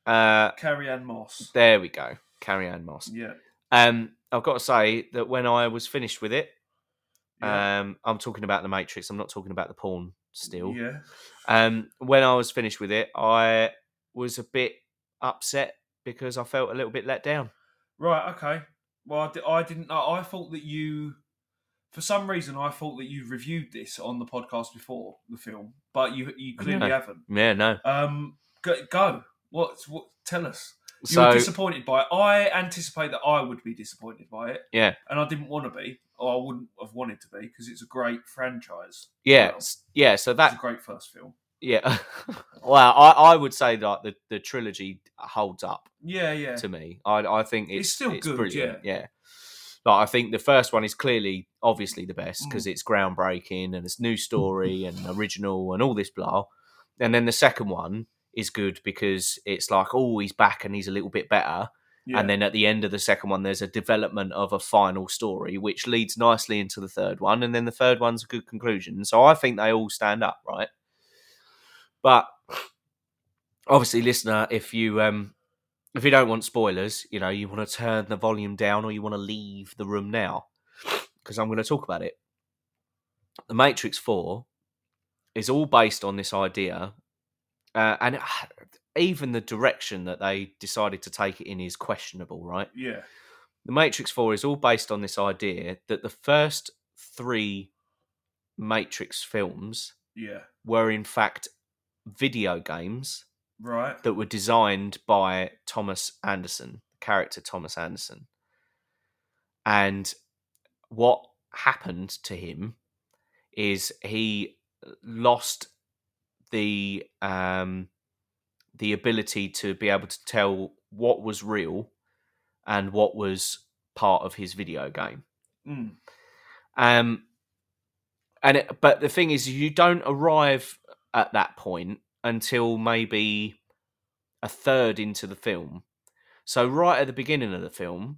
S1: uh,
S2: Carrie Ann Moss.
S1: there we go, Carrie Ann Moss.
S2: Yeah.
S1: Um, I've got to say that when I was finished with it,
S2: Yeah.
S1: um, I'm talking about the Matrix. I'm not talking about the porn still.
S2: Yeah.
S1: Um, when I was finished with it, I was a bit upset because I felt a little bit let down.
S2: Right. Okay. Well, I, di- I didn't know. I thought that you, for some reason, I thought that you reviewed this on the podcast before the film, but you you clearly
S1: No.
S2: haven't.
S1: Yeah, no.
S2: Um, go. go. What's what? Tell us. You were
S1: So
S2: disappointed by it. I anticipate that I would be disappointed by it.
S1: Yeah.
S2: And I didn't want to be, or I wouldn't have wanted to be, because it's a great franchise.
S1: yeah,
S2: well.
S1: s- yeah. So
S2: It's a
S1: that
S2: great first film.
S1: yeah. well, I, I would say that the, the trilogy holds up
S2: Yeah, yeah.
S1: to me. I I think it's,
S2: It's still good,
S1: brilliant. Yeah. Like I think the first one is clearly, obviously, the best
S2: Mm.
S1: because it's groundbreaking and it's new story and original and all this blah. And then the second one is good because it's like, oh, he's back and he's a little bit better.
S2: yeah.
S1: And then at the end of the second one, there's a development of a final story, which leads nicely into the third one. And then the third one's a good conclusion. So I think they all stand up, right? But obviously, listener, if you um if you don't want spoilers, you know, you want to turn the volume down or you want to leave the room now. Because I'm going to talk about it. The Matrix 4 is all based on this idea. Uh, and even the direction that they decided to take it in is questionable, right?
S2: yeah.
S1: The Matrix 4 is all based on this idea that the first three Matrix films
S2: Yeah.
S1: were, in fact, video games
S2: Right.
S1: that were designed by Thomas Anderson, character Thomas Anderson. And what happened to him is he lost the um, the ability to be able to tell what was real and what was part of his video game.
S2: Mm.
S1: Um, and it, but the thing is, you don't arrive at that point until maybe a third into the film. So right at the beginning of the film,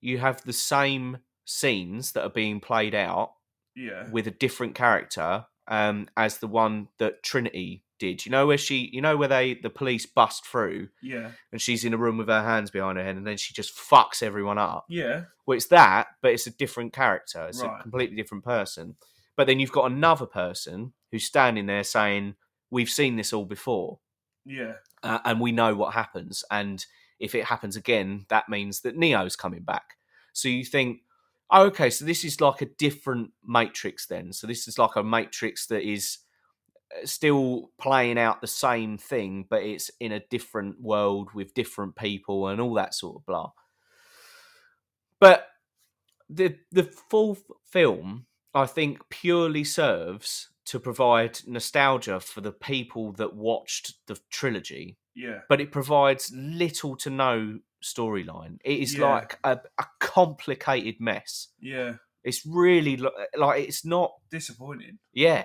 S1: you have the same scenes that are being played out
S2: Yeah.
S1: with a different character um, as the one that Trinity did. You know where she, you know where they the police bust through,
S2: Yeah.
S1: and she's in a room with her hands behind her head, and then she just fucks everyone up.
S2: Yeah.
S1: Well, it's that, but it's a different character. It's a
S2: Right.
S1: completely different person. But then you've got another person who's standing there saying, "We've seen this all before,
S2: Yeah.
S1: uh, and we know what happens. And if it happens again, that means that Neo's coming back." So you think, oh, "Okay, so this is like a different Matrix then. So this is like a Matrix that is uh, still playing out the same thing, but it's in a different world with different people and all that sort of blah." But the the full film, I think, purely serves to provide nostalgia for the people that watched the trilogy.
S2: Yeah.
S1: But it provides little to no storyline. It is
S2: Yeah.
S1: like a, a complicated mess.
S2: Yeah.
S1: It's really li- like it's not.
S2: Disappointing.
S1: Yeah,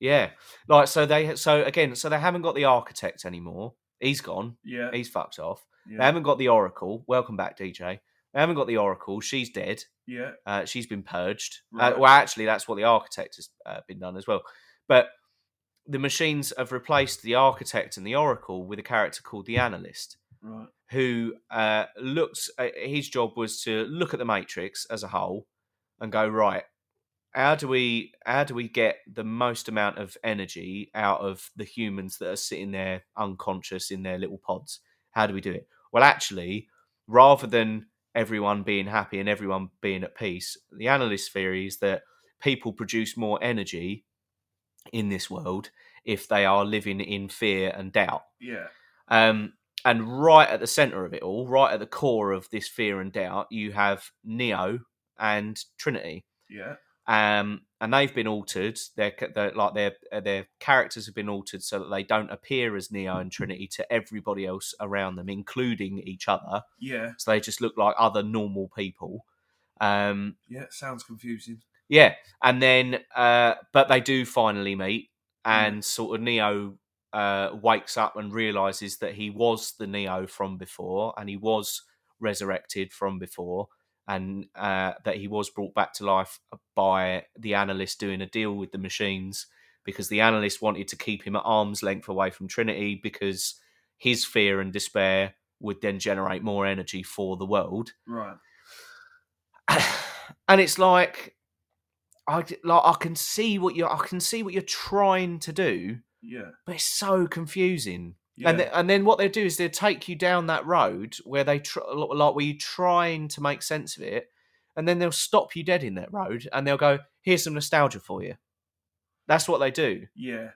S1: yeah. Like so they so again so they haven't got the architect anymore. He's gone.
S2: Yeah.
S1: He's fucked off. They
S2: Yeah.
S1: haven't got the oracle. Welcome back, DJ. They haven't got the oracle. She's dead.
S2: Yeah.
S1: Uh, she's been purged. Uh,
S2: Right.
S1: well, actually, that's what the architect has uh, been done as well. But the machines have replaced the architect and the oracle with a character called the analyst,
S2: Right.
S1: who uh, looks. Uh, his job was to look at the matrix as a whole and go right. How do we how do we get the most amount of energy out of the humans that are sitting there unconscious in their little pods? How do we do it? Well, actually, rather than everyone being happy and everyone being at peace, the analyst theory is that people produce more energy in this world if they are living in fear and doubt.
S2: Yeah.
S1: Um, and right at the center of it all, right at the core of this fear and doubt, you have Neo and Trinity.
S2: Yeah.
S1: Um, and they've been altered. Their, their like their their characters have been altered so that they don't appear as Neo and Trinity to everybody else around them, including each other.
S2: Yeah.
S1: So they just look like other normal people. Um,
S2: Yeah. Sounds confusing.
S1: yeah, and then uh, but they do finally meet, and sort of Neo uh, wakes up and realizes that he was the Neo from before, and he was resurrected from before, and uh, that he was brought back to life by the analyst doing a deal with the machines because the analyst wanted to keep him at arm's length away from Trinity because his fear and despair would then generate more energy for the world
S2: Right.
S1: and it's like I d- like I can see what you I can see what you're trying to do,
S2: Yeah.
S1: but it's so confusing.
S2: Yeah.
S1: And the- and then what they do is they take you down that road where they tr- like where you're trying to make sense of it, and then they'll stop you dead in that road, and they'll go, "Here's some nostalgia for you." That's what they do.
S2: yeah.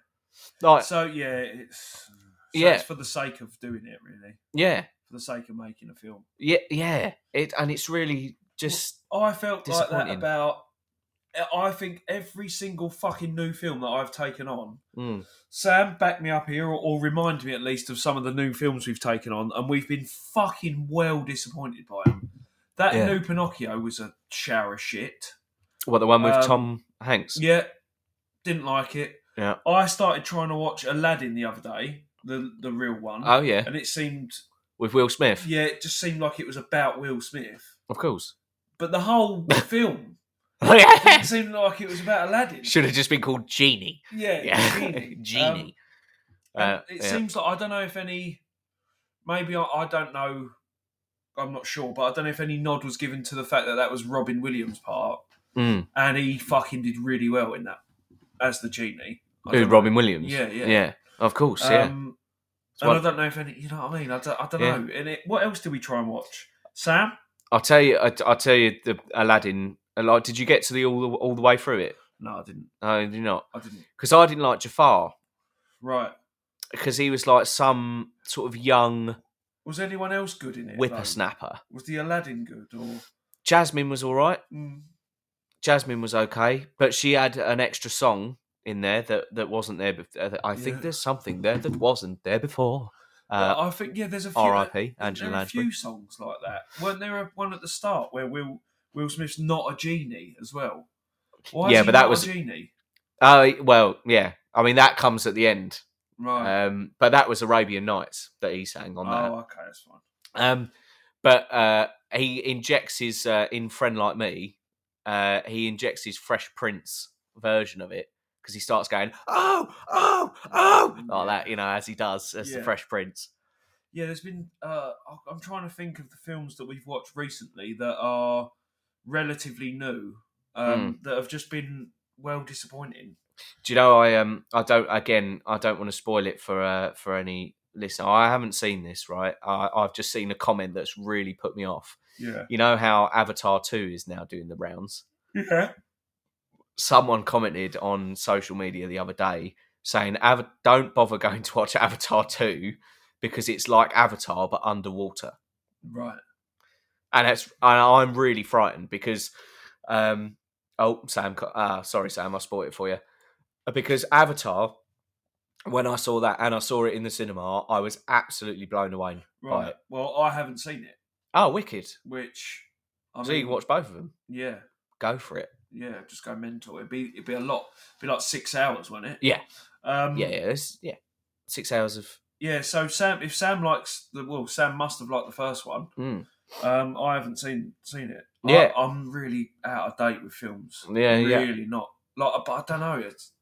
S1: Like,
S2: So yeah, it's so
S1: Yeah.
S2: It's for the sake of doing it, really,
S1: yeah,
S2: for the sake of making a film.
S1: yeah, yeah. It and it's really just
S2: Oh, I felt like that
S1: Disappointing.
S2: about. I think every single fucking new film that I've taken on,
S1: mm,
S2: Sam back me up here, or, or remind me at least of some of the new films we've taken on, and we've been fucking well disappointed by them. That
S1: Yeah.
S2: new Pinocchio was a shower of shit.
S1: what the one with
S2: Um,
S1: Tom Hanks.
S2: Yeah, didn't like it.
S1: Yeah.
S2: I started trying to watch Aladdin the other day, the the real one,
S1: Oh yeah,
S2: and it seemed
S1: with Will Smith,
S2: yeah, it just seemed like it was about Will Smith.
S1: of course.
S2: But the whole film didn't seem like it was about Aladdin.
S1: Should have just been called Genie.
S2: Yeah,
S1: Yeah,
S2: Genie.
S1: Genie.
S2: Um, and
S1: Uh,
S2: it
S1: yeah.
S2: seems like I don't know if any. Maybe I, I don't know. I'm not sure, but I don't know if any nod was given to the fact that that was Robin Williams' part,
S1: Mm.
S2: and he fucking did really well in that as the genie. I
S1: Who,
S2: don't know.
S1: Robin Williams?
S2: Yeah, yeah.
S1: yeah. Of course, yeah.
S2: Um, and
S1: one-
S2: I don't know if any. You know what I mean? I don't, I don't
S1: Yeah.
S2: know. And it, what else did we try and watch? Sam?
S1: I'll tell you. I, will tell you. The Aladdin. uh, Like, did you get to the all the, all the way through it?
S2: No, I didn't.
S1: No, you did not.
S2: I didn't.
S1: Because I didn't like Jafar
S2: Right.
S1: because he was like some sort of young
S2: Was anyone else good in it? though?
S1: whippersnapper.
S2: Was the Aladdin good or?
S1: Jasmine was all right.
S2: Mm,
S1: Jasmine was okay, but she had an extra song in there that that wasn't there. Before. I think
S2: Yeah.
S1: there's something there that wasn't there before. Uh,
S2: I think yeah. There's a few.
S1: R.I.P. Angela
S2: there are a
S1: Lansbury.
S2: few songs like that. Weren't there a, one at the start where Will Will Smith's not a genie as well? Why is
S1: Yeah,
S2: he
S1: but that
S2: not
S1: was-
S2: a genie,
S1: Oh well, yeah. I mean that comes at the end.
S2: right?
S1: Um, but that was Arabian Nights that he sang on that.
S2: oh, okay, that's fine.
S1: Um, but uh, he injects his uh, in Friend Like Me. Uh, he injects his Fresh Prince version of it because he starts going oh oh oh like that, you know, as he does as the
S2: Mm, Yeah.
S1: Fresh Prince.
S2: Yeah, there's been. Uh, I- I'm trying to think of the films that we've watched recently that are relatively new um,
S1: Hmm.
S2: that have just been well disappointing.
S1: Do you know I um I don't again I don't want to spoil it for uh, for any listener. I haven't seen this right. I, I've just seen a comment that's really put me off.
S2: Yeah,
S1: You know how Avatar Two is now doing the rounds.
S2: yeah,
S1: someone commented on social media the other day saying, "Ava- "Don't bother going to watch Avatar two because it's like Avatar but underwater."
S2: right.
S1: And that's and I'm really frightened because, um, oh Sam, co- ah, sorry Sam, I spoiled it for you because Avatar. When I saw that and I saw it in the cinema, I was absolutely blown away.
S2: Right.
S1: Right.
S2: Well, I haven't seen it,
S1: Oh, wicked!
S2: which I
S1: so you can watch both of them.
S2: Yeah,
S1: Go for it.
S2: yeah. Just go mental. It'd be it'd be a lot. It'd be like six hours, wouldn't it?
S1: Yeah.
S2: Um,
S1: Yeah, yeah, it's- yeah. Six hours of
S2: Yeah, so Sam, if Sam likes the well, Sam must have liked the first one.
S1: Mm.
S2: Um, I haven't seen seen it.
S1: Yeah.
S2: I, am really out of date with films.
S1: yeah, yeah,
S2: really not. Like, but I don't know. It's,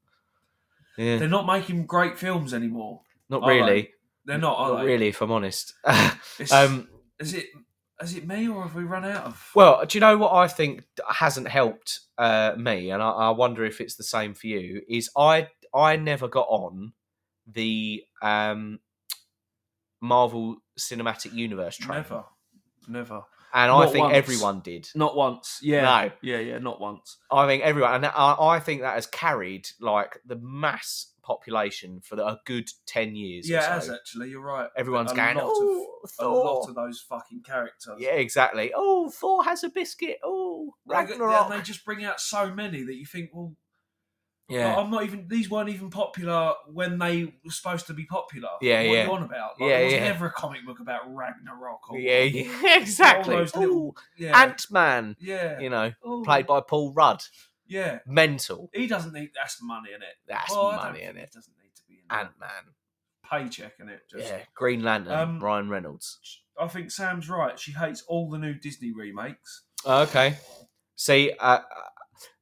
S1: yeah.
S2: they're not making great films anymore.
S1: Not
S2: are they?
S1: really,
S2: They're not. Are
S1: not
S2: they?
S1: really. If I'm honest,
S2: It's,
S1: Um,
S2: is it is it me or have we run out of?
S1: well, do you know what I think d- hasn't helped uh, me, and I, I wonder if it's the same for you? Is I I never got on the um, Marvel Cinematic Universe train,
S2: never, never.
S1: and I
S2: Not
S1: think
S2: once.
S1: everyone did.
S2: Not once. Yeah.
S1: No.
S2: Yeah, yeah, not once.
S1: I think everyone, and I, I think that has carried like the mass population for a good ten years.
S2: Yeah,
S1: or
S2: it
S1: so.
S2: has actually. You're right.
S1: Everyone's
S2: A
S1: going.
S2: lot of-
S1: Oh,
S2: A
S1: Thor.
S2: lot of those fucking characters.
S1: Yeah, exactly. Oh, Thor has a biscuit. Oh,
S2: They, they,
S1: Ragnarok.
S2: they just bring out so many that you think, well,
S1: yeah,
S2: I'm not even. These weren't even popular when they were supposed to be popular.
S1: Yeah,
S2: what Are
S1: yeah.
S2: you on about? Like,
S1: Yeah,
S2: there was
S1: yeah.
S2: never a comic book about Ragnarok. Or,
S1: yeah, yeah, exactly.
S2: those little- yeah,
S1: Ant Man,
S2: yeah,
S1: you know,
S2: Ooh,
S1: played by Paul Rudd.
S2: yeah.
S1: Mental.
S2: He doesn't need that's money in it.
S1: That's
S2: Well, Oh, I don't
S1: money
S2: think
S1: in
S2: he
S1: it.
S2: Doesn't need to be in
S1: Ant
S2: it.
S1: Man.
S2: paycheck in it. Just,
S1: Yeah, Green Lantern.
S2: Um,
S1: Ryan Reynolds.
S2: I think Sam's right. She hates all the new Disney remakes.
S1: Okay. See, uh,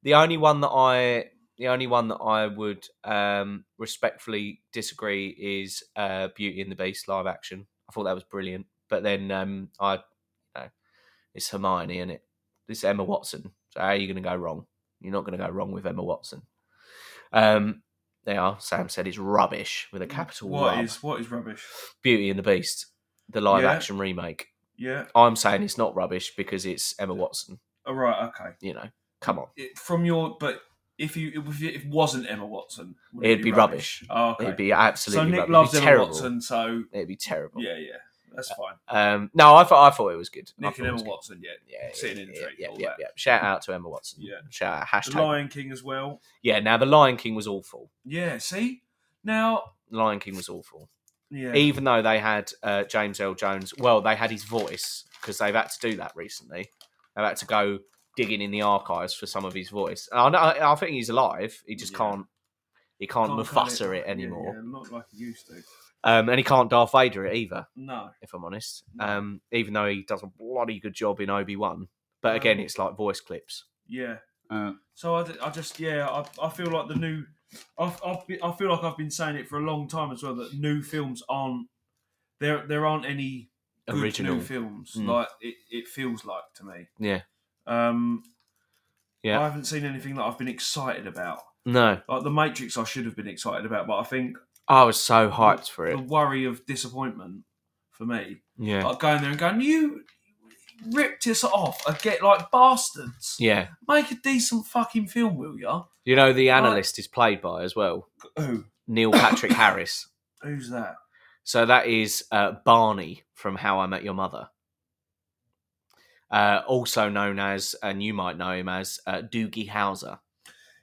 S1: the only one that I, the only one that I would um, respectfully disagree is uh, Beauty and the Beast live action. I thought that was brilliant, but then um, I, no, it's Hermione and it, it's Emma Watson. So how are you going to go wrong? You're not going to go wrong with Emma Watson. Um, there you are. Sam said it's rubbish with a capital
S2: Mm, What
S1: rub.
S2: is what is rubbish?
S1: Beauty and the Beast, the live
S2: Yeah.
S1: action remake.
S2: Yeah.
S1: I'm saying it's not rubbish because it's Emma Watson.
S2: All right. Okay.
S1: You know, come on.
S2: It, from your but if you if it wasn't Emma Watson, would it
S1: It'd be rubbish.
S2: Oh, okay.
S1: It'd be absolutely
S2: so Nick
S1: rubbish.
S2: loves
S1: It'd be
S2: Emma
S1: terrible.
S2: Watson. So
S1: It'd be terrible.
S2: yeah, yeah, that's fine.
S1: Um, no, I thought I thought it was good. I
S2: Nick
S1: thought
S2: and
S1: it was
S2: Emma
S1: good.
S2: Watson. Yeah.
S1: Yeah,
S2: sitting in
S1: yeah,
S2: the tree,
S1: yeah,
S2: all
S1: yeah,
S2: that.
S1: yeah. Shout out to Emma Watson.
S2: Yeah.
S1: Shout out
S2: The
S1: hashtag.
S2: Lion King as well.
S1: Yeah. Now the Lion King was awful.
S2: Yeah. See now.
S1: Lion King was awful.
S2: Yeah.
S1: Even though they had uh, James L. Jones, well, they had his voice because they've had to do that recently. They've had to go digging in the archives for some of his voice. And I, know, I I think he's alive. He just
S2: Yeah.
S1: can't. He can't,
S2: Can't cut
S1: mufasa it
S2: Yeah,
S1: anymore,
S2: Yeah, not like he used to.
S1: Um, and he can't Darth Vader it either.
S2: No.
S1: if I'm honest.
S2: No.
S1: Um, even though he does a bloody good job in Obi Wan, but again, it's like voice clips.
S2: Yeah.
S4: Uh,
S2: So I, d- I just yeah I, I feel like the new I've, I've been, I feel like I've been saying it for a long time as well that new films aren't there there aren't any good
S1: Original.
S2: new films
S1: Mm.
S2: like it, it feels like to me
S1: Yeah.
S2: um
S1: Yeah.
S2: I haven't seen anything that I've been excited about
S1: No,
S2: like Uh, the Matrix I should have been excited about but I think
S1: I was so hyped for
S2: the
S1: it.
S2: worry of disappointment for me
S1: Yeah,
S2: like going there and going you ripped us off I get like bastards
S1: yeah.
S2: make a decent fucking film will ya
S1: You know, the analyst is played by as well
S2: who
S1: Neil Patrick Harris.
S2: who's that
S1: So that is uh, Barney from How I Met Your Mother. Uh, also known as, and you might know him as uh, Doogie Howser,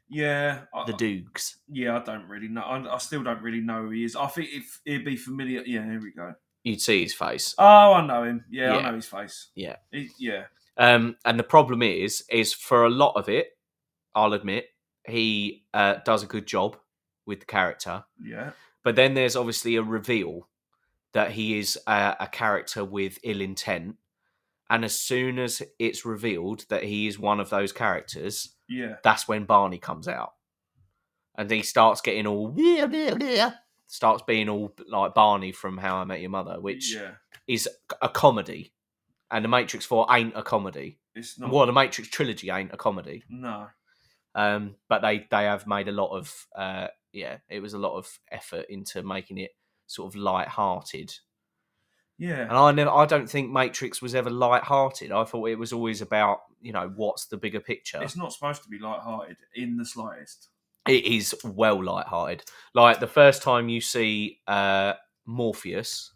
S2: Yeah, I,
S1: the Doogs.
S2: yeah, I don't really know. I, I still don't really know who he is. I think if it'd be familiar. Yeah, here we go.
S1: You'd see his face.
S2: Oh, I know him. Yeah,
S1: Yeah.
S2: I know his face.
S1: Yeah.
S2: He- yeah,
S1: Um, and the problem is, is for a lot of it, I'll admit, he uh, does a good job with the character.
S2: yeah,
S1: But then there's obviously a reveal that he is a, a character with ill intent. And as soon as it's revealed that he is one of those characters,
S2: yeah.
S1: that's when Barney comes out. And he starts getting all, starts being all like Barney from How I Met Your Mother, which
S2: yeah,
S1: is a comedy. And The Matrix 4 ain't a comedy.
S2: it's not.
S1: Well, the Matrix trilogy ain't a comedy,
S2: No.
S1: um, but they they have made a lot of uh, yeah, it was a lot of effort into making it sort of light-hearted. And
S2: Yeah,
S1: I never, I don't think Matrix was ever light-hearted. I thought it was always about you know what's the bigger picture.
S2: it's not supposed to be light-hearted in the slightest.
S1: It is well light-hearted. Like the first time you see uh, Morpheus,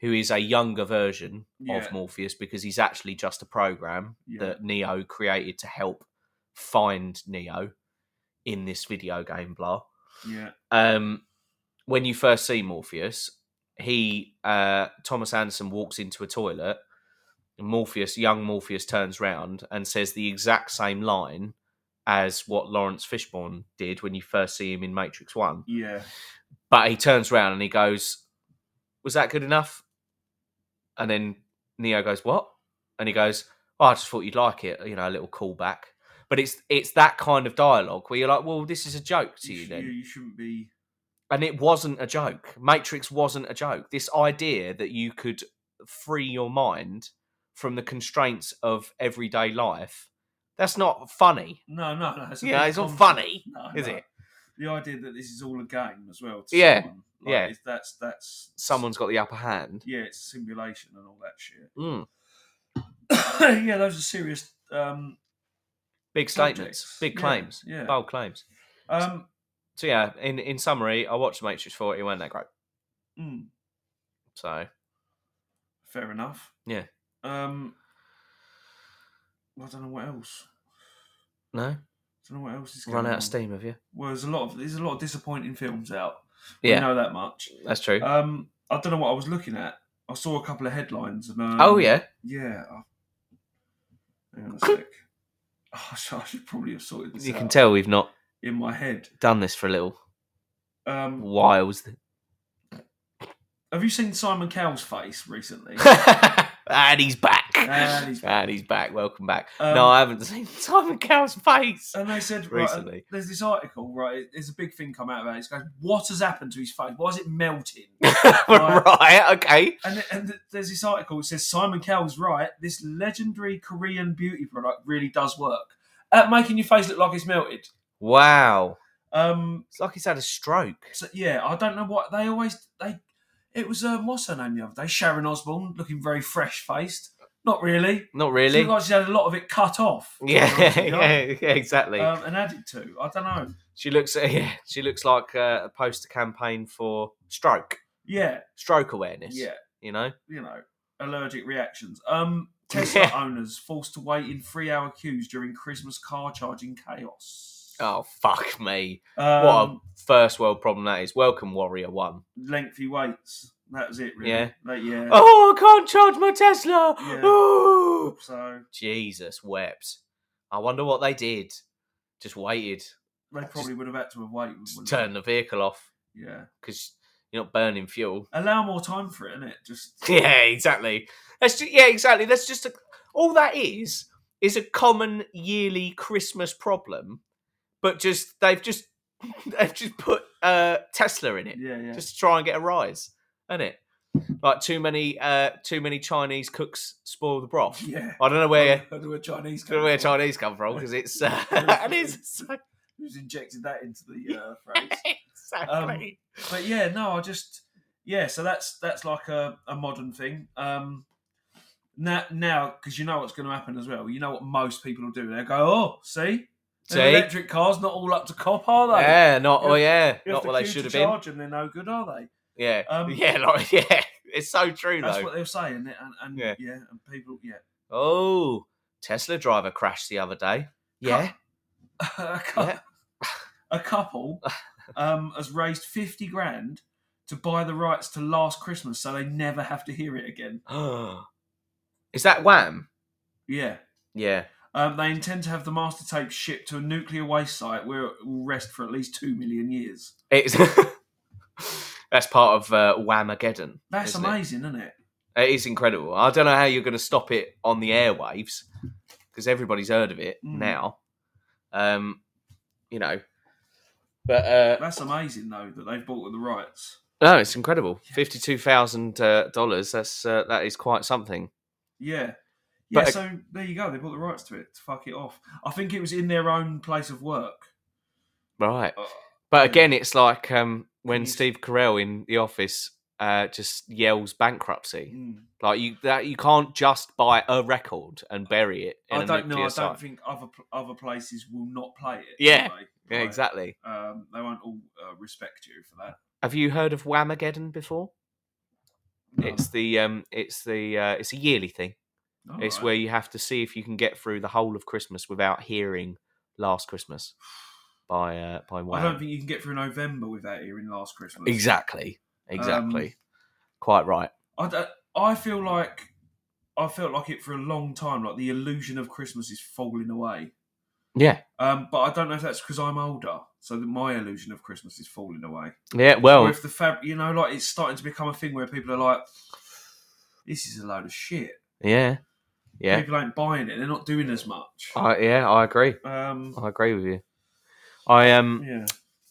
S1: who is a younger version
S2: Yeah.
S1: of Morpheus because he's actually just a program
S2: Yeah.
S1: that Neo created to help find Neo in this video game. Blah.
S2: Yeah,
S1: Um, when you first see Morpheus, he uh, Thomas Anderson walks into a toilet. And Morpheus, young Morpheus, turns round and says the exact same line as what Lawrence Fishburne did when you first see him in Matrix One.
S2: yeah,
S1: But he turns round and he goes, "Was that good enough?" And then Neo goes, "What?" And he goes, oh, "I just thought you'd like it, you know, a little callback." But it's it's that kind of dialogue where you're like, "Well, this is a joke to
S2: You,
S1: you
S2: sh-
S1: then."
S2: you, you shouldn't be.
S1: and it wasn't a joke. Matrix wasn't a joke. This idea that you could free your mind from the constraints of everyday life, that's not funny.
S2: No, no, no. It's a
S1: Yeah,
S2: big
S1: it's not
S2: concept.
S1: funny,
S2: no,
S1: is
S2: no.
S1: it?
S2: The idea that this is all a game as well. To
S1: Yeah,
S2: someone,
S1: yeah.
S2: is- That's that's
S1: Someone's got the upper hand. Hmm.
S2: Yeah, it's simulation and all that shit.
S1: Mm.
S2: yeah, those are serious um,
S1: Big statements,
S2: Subjects.
S1: big
S2: Yeah,
S1: claims, Oh.
S2: yeah.
S1: bold claims.
S2: um,
S1: So yeah, in, in summary, I watched The Matrix 4. It weren't that great.
S2: mm,
S1: So
S2: fair enough.
S1: Yeah.
S2: Um, I don't know what else.
S1: no,
S2: I don't know what else is going
S1: run out
S2: on.
S1: of steam, have you?
S2: Well, there's a lot of there's a lot of disappointing films out.
S1: Yeah,
S2: We know that much.
S1: that's true.
S2: Um, I don't know what I was looking at. I saw a couple of headlines and um,
S1: oh yeah,
S2: yeah. I- Hang on a sec. Oh, I should- I should probably have sorted this
S1: you can
S2: out
S1: tell we've not
S2: in my head.
S1: done this for a little
S2: Um,
S1: while.
S2: have you seen Simon Cowell's face recently?
S1: and he's back.
S2: And he's back.
S1: back. Welcome back.
S2: Um,
S1: no, I haven't seen Simon Cowell's face.
S2: And they said right, uh,
S1: Recently.
S2: there's this article, right? There's a big thing come out about it. It's going, what has happened to his face? Why is it melting?
S1: right. Okay.
S2: And, th- and th- there's this article that says Simon Cowell's right. This legendary Korean beauty product really does work at making your face look like it's melted.
S1: Wow.
S2: Um,
S1: It's like he's had a stroke.
S2: so yeah, I don't know what they always they. It was um, what's her name the other day? Sharon Osbourne, looking very fresh faced. Not really.
S1: Not
S2: She
S1: really.
S2: looked like she had a lot of it cut off.
S1: yeah, yeah, yeah, exactly.
S2: Um, and added to. I don't know.
S1: she looks, yeah, she looks like uh, a poster campaign for stroke,
S2: Yeah,
S1: stroke awareness.
S2: yeah.
S1: you know.
S2: you know, allergic reactions. Um, Tesla
S1: Yeah.
S2: owners forced to wait in three-hour queues during Christmas car charging chaos.
S1: Oh fuck me! What
S2: Um,
S1: a first world problem that is. Welcome, Warrior One.
S2: lengthy waits. That was it, really.
S1: Yeah.
S2: Like, yeah.
S1: Oh, I can't charge my Tesla.
S2: Yeah.
S1: Oh.
S2: So
S1: Jesus wept. I wonder what they did. Just waited
S2: they probably would have had to have waited.
S1: to
S2: wouldn't
S1: turn the vehicle off
S2: they? Yeah.
S1: because you're not burning fuel.
S2: Allow more time for it, innit? Just
S1: Yeah, exactly. That's just, yeah, exactly. That's just a, all that is is a common yearly Christmas problem, but just they've just they've just put uh, Tesla in it
S2: yeah, yeah.
S1: just to try and get a rise, isn't it? Like too many uh, too many Chinese cooks spoil the broth.
S2: yeah.
S1: I don't know where
S2: I don't know where Chinese
S1: I don't know where
S2: came from.
S1: Chinese come from because it's uh,
S2: Yeah.
S1: it is
S2: Who's injected that into the uh, phrase? Um,
S1: exactly
S2: but yeah, no, I just yeah. So that's that's like a, a modern thing. Um, now now because you know what's going to happen as well. You know what most people will do. They will go, oh, see, Them
S1: See?
S2: electric cars not all up to cop, are they?
S1: yeah, not oh
S2: You
S1: yeah,
S2: You have
S1: not
S2: to
S1: what they
S2: queue to
S1: should have been.
S2: Charge and they're no good, are they?
S1: Yeah,
S2: Um,
S1: yeah, like yeah, it's so true
S2: That's
S1: though.
S2: what they're saying, and, and yeah.
S1: Yeah.
S2: and people, yeah,
S1: Oh, Tesla driver crashed the other day. Yeah,
S2: a, cou- a couple um, has raised fifty grand to buy the rights to Last Christmas, so they never have to hear it again.
S1: is that Wham?
S2: Yeah,
S1: Yeah,
S2: Um, they intend to have the master tape shipped to a nuclear waste site where it will rest for at least two million years.
S1: it's that's part of uh, Whamageddon.
S2: That's
S1: isn't it?
S2: amazing, is isn't it?
S1: It is incredible. I don't know how you're going to stop it on the airwaves because everybody's heard of it
S2: Mm.
S1: now. Um, you know, but uh,
S2: That's amazing though that they've bought the rights.
S1: no, Oh, it's incredible. Fifty-two thousand uh, dollars. That's uh, that is quite something.
S2: Yeah. Yeah,
S1: But- uh,
S2: so there you go. They bought the rights to it to fuck it off. I think it was in their own place of work.
S1: Right.
S2: Uh,
S1: But
S2: yeah.
S1: again, it's like um, when
S2: Yes.
S1: Steve Carell in The Office uh, just yells bankruptcy.
S2: mm.
S1: Like you, that you can't just buy a record and bury it. In
S2: I
S1: a
S2: don't know. I
S1: nuclear
S2: don't
S1: site.
S2: think other pl- other places will not play it.
S1: Yeah.
S2: will they?
S1: Yeah,
S2: Right.
S1: exactly.
S2: Um, they won't all uh, respect you for that.
S1: Have you heard of Whamageddon before?
S2: No.
S1: It's the um, it's the uh, it's a yearly thing.
S2: Um, All
S1: it's
S2: right.
S1: where you have to see if you can get through the whole of Christmas without hearing "Last Christmas" by uh, by
S2: I
S1: Wham.
S2: don't think you can get through November without hearing Last Christmas. Um,
S1: exactly, exactly, quite right.
S2: I, don't- I feel like I felt like it for a long time. Like the illusion of Christmas is falling away.
S1: Yeah,
S2: Um, but I don't know if that's because I'm older, so that my illusion of Christmas is falling away,
S1: yeah.
S2: or
S1: Well,
S2: if the fab, you know, like it's starting to become a thing where people are like, "This is a load of shit."
S1: yeah, yeah. Oh.
S2: People ain't buying it; they're not doing as much.
S1: I yeah, I agree.
S2: Um,
S1: I agree with you. I um,
S2: yeah,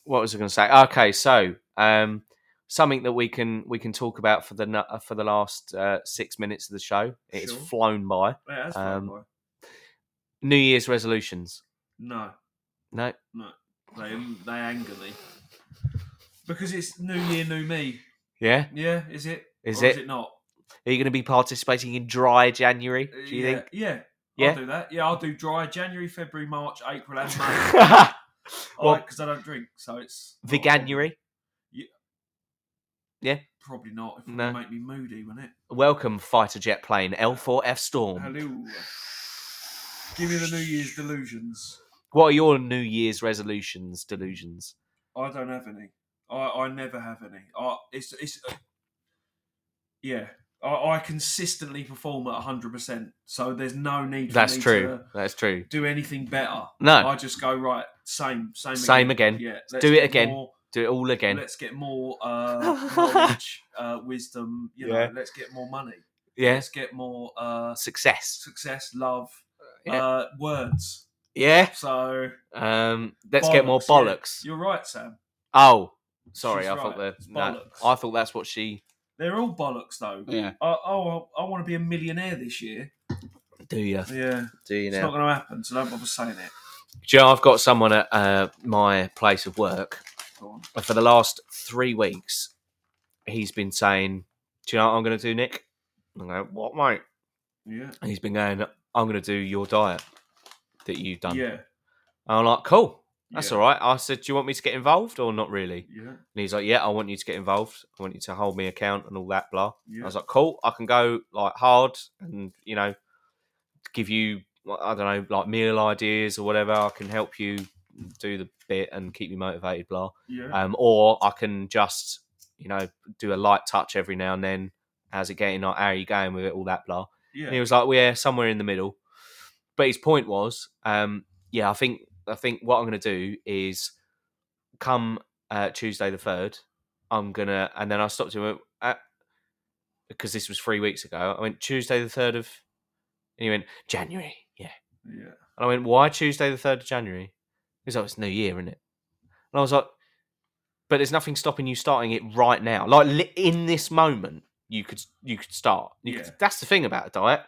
S1: what was I going to say? Okay, so um, something that we can we can talk about for the nu- uh, for the last uh, six minutes of the show. It's
S2: Sure.
S1: flown by.
S2: Yeah, that's fine,
S1: Um,
S2: boy.
S1: New Year's resolutions.
S2: no,
S1: No,
S2: they um, they anger me because it's New Year, New Me.
S1: yeah,
S2: Yeah, is it?
S1: is
S2: or
S1: it?
S2: Is it not?
S1: Are you going to be participating in dry January?
S2: Uh,
S1: Do you
S2: yeah,
S1: think?
S2: Yeah.
S1: Yeah?
S2: I'll do that. Yeah, I'll do dry January, February, March, April, and May.
S1: well,
S2: well, because I don't drink, so it's not a problem.
S1: Veganuary.
S2: Probably not. If
S1: No.
S2: it make me moody, wouldn't it?
S1: Welcome, fighter jet plane L4F Storm.
S2: Hello. Give me the New Year's delusions.
S1: What are your New Year's resolutions, delusions?
S2: I don't have any. I, I never have any. I it's it's uh, yeah. I, I consistently perform at hundred percent, so there's no need. For
S1: That's
S2: me
S1: true.
S2: To
S1: That's true.
S2: do anything better.
S1: No,
S2: I just go right. Same same
S1: Same again.
S2: Yeah. let's
S1: Do it
S2: get
S1: again.
S2: more-
S1: do it all again.
S2: Let's get more uh, knowledge, uh, wisdom. You know,
S1: Yeah.
S2: let's get more money.
S1: Yeah,
S2: Let's get more uh,
S1: success.
S2: success, love,
S1: Yeah.
S2: uh, words.
S1: Yeah.
S2: So
S1: Um, let's get more
S2: Bollocks, yeah.
S1: bollocks.
S2: you're right, Sam.
S1: Oh, sorry,
S2: She's
S1: I thought
S2: right.
S1: that.
S2: It's
S1: No,
S2: bollocks.
S1: I thought that's what she.
S2: They're all bollocks, though.
S1: Yeah.
S2: I, oh, I, I want to be a millionaire this year.
S1: Do you?
S2: Yeah,
S1: Do you
S2: it's
S1: now?
S2: not going to happen, so don't bother saying it.
S1: Joe, I've got someone at uh, my place of work
S2: Go on.
S1: and for the last three weeks. He's been saying, "Do you know what I'm going to do, Nick?" I'm going, "What, mate?"
S2: Yeah,
S1: And he's been going, "I'm going to do your diet that you've done."
S2: yeah,
S1: And I'm like, "Cool, that's
S2: yeah.
S1: all right." I said, "Do you want me to get involved or not really?"
S2: Yeah,
S1: And he's like, "Yeah, I want you to get involved. I want you to hold me account and all that blah."
S2: yeah.
S1: I was like, cool, I can go like hard and you know, give you like, I don't know, like meal ideas or whatever. I can help you do the bit and keep you motivated, blah.
S2: yeah.
S1: Um, or I can just you know do a light touch every now and then. How's it getting? Like, how are you going with it? All that, blah.
S2: yeah.
S1: And he was like, well, yeah, somewhere in the middle. But his point was, um, yeah, I think I think what I'm going to do is come uh, Tuesday the third. I'm gonna, and then I stopped him at, because this was three weeks ago. I went Tuesday the third of, and he went January, yeah.
S2: yeah.
S1: And I went, why Tuesday the third of January? He's like, it's New Year, isn't it? And I was like, but there's nothing stopping you starting it right now. Like li- in this moment, you could you could start. You could-
S2: Yeah.
S1: that's the thing about a diet.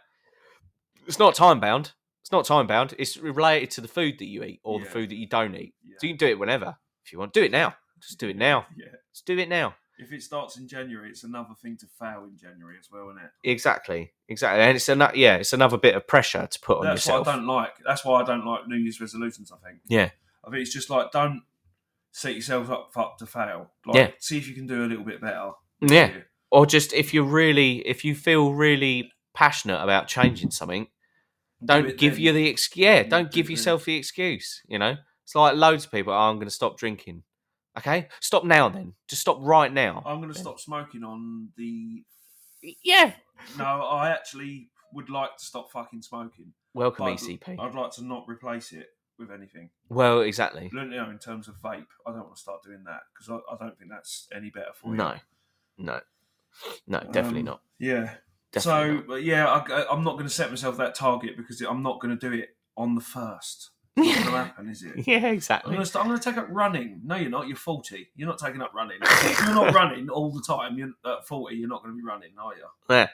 S1: It's not time bound. It's not time bound. It's related to the food that you eat or the
S2: Yeah.
S1: food that you don't eat.
S2: Yeah.
S1: So you can do it whenever if you want. Do it now. Just do it now.
S2: Yeah.
S1: Just do it now.
S2: If it starts in January, it's another thing to fail in January as well, isn't it?
S1: Exactly. Exactly. And it's another yeah, it's another bit of pressure to put on
S2: That's
S1: yourself.
S2: what I don't like. That's why I don't like New Year's resolutions. I think.
S1: Yeah.
S2: I think it's just like don't set yourself up up to fail. Like,
S1: Yeah.
S2: See if you can do a little bit better.
S1: yeah. or just if you're really if you feel really passionate about changing something don't
S2: Do it
S1: give
S2: then.
S1: you the excuse yeah
S2: Yeah,
S1: don't
S2: do
S1: give
S2: it then.
S1: yourself the excuse you know it's like loads of people oh, i'm going to stop drinking okay stop now then just stop right now
S2: I'm going to stop smoking on the.
S1: yeah
S2: No, I actually would like to stop fucking smoking.
S1: welcome E
S2: But I'd-
S1: ecp
S2: I'd like to not replace it with anything.
S1: well exactly
S2: You know, in terms of vape, I don't want to start doing that because I, I don't think that's any better for you.
S1: no no no definitely
S2: Um,
S1: not
S2: Yeah.
S1: definitely
S2: so, but yeah, I, am not going to set myself that target because I'm not going to do it on the first.
S1: not.
S2: It's not going to happen, is it?
S1: yeah
S2: I'm
S1: exactly
S2: going, to start, I'm going to take up running. No, you're not. You're 40. You're not taking up running. If you're not running all the time. You're at 40. You're not going to be running, are you?
S1: yeah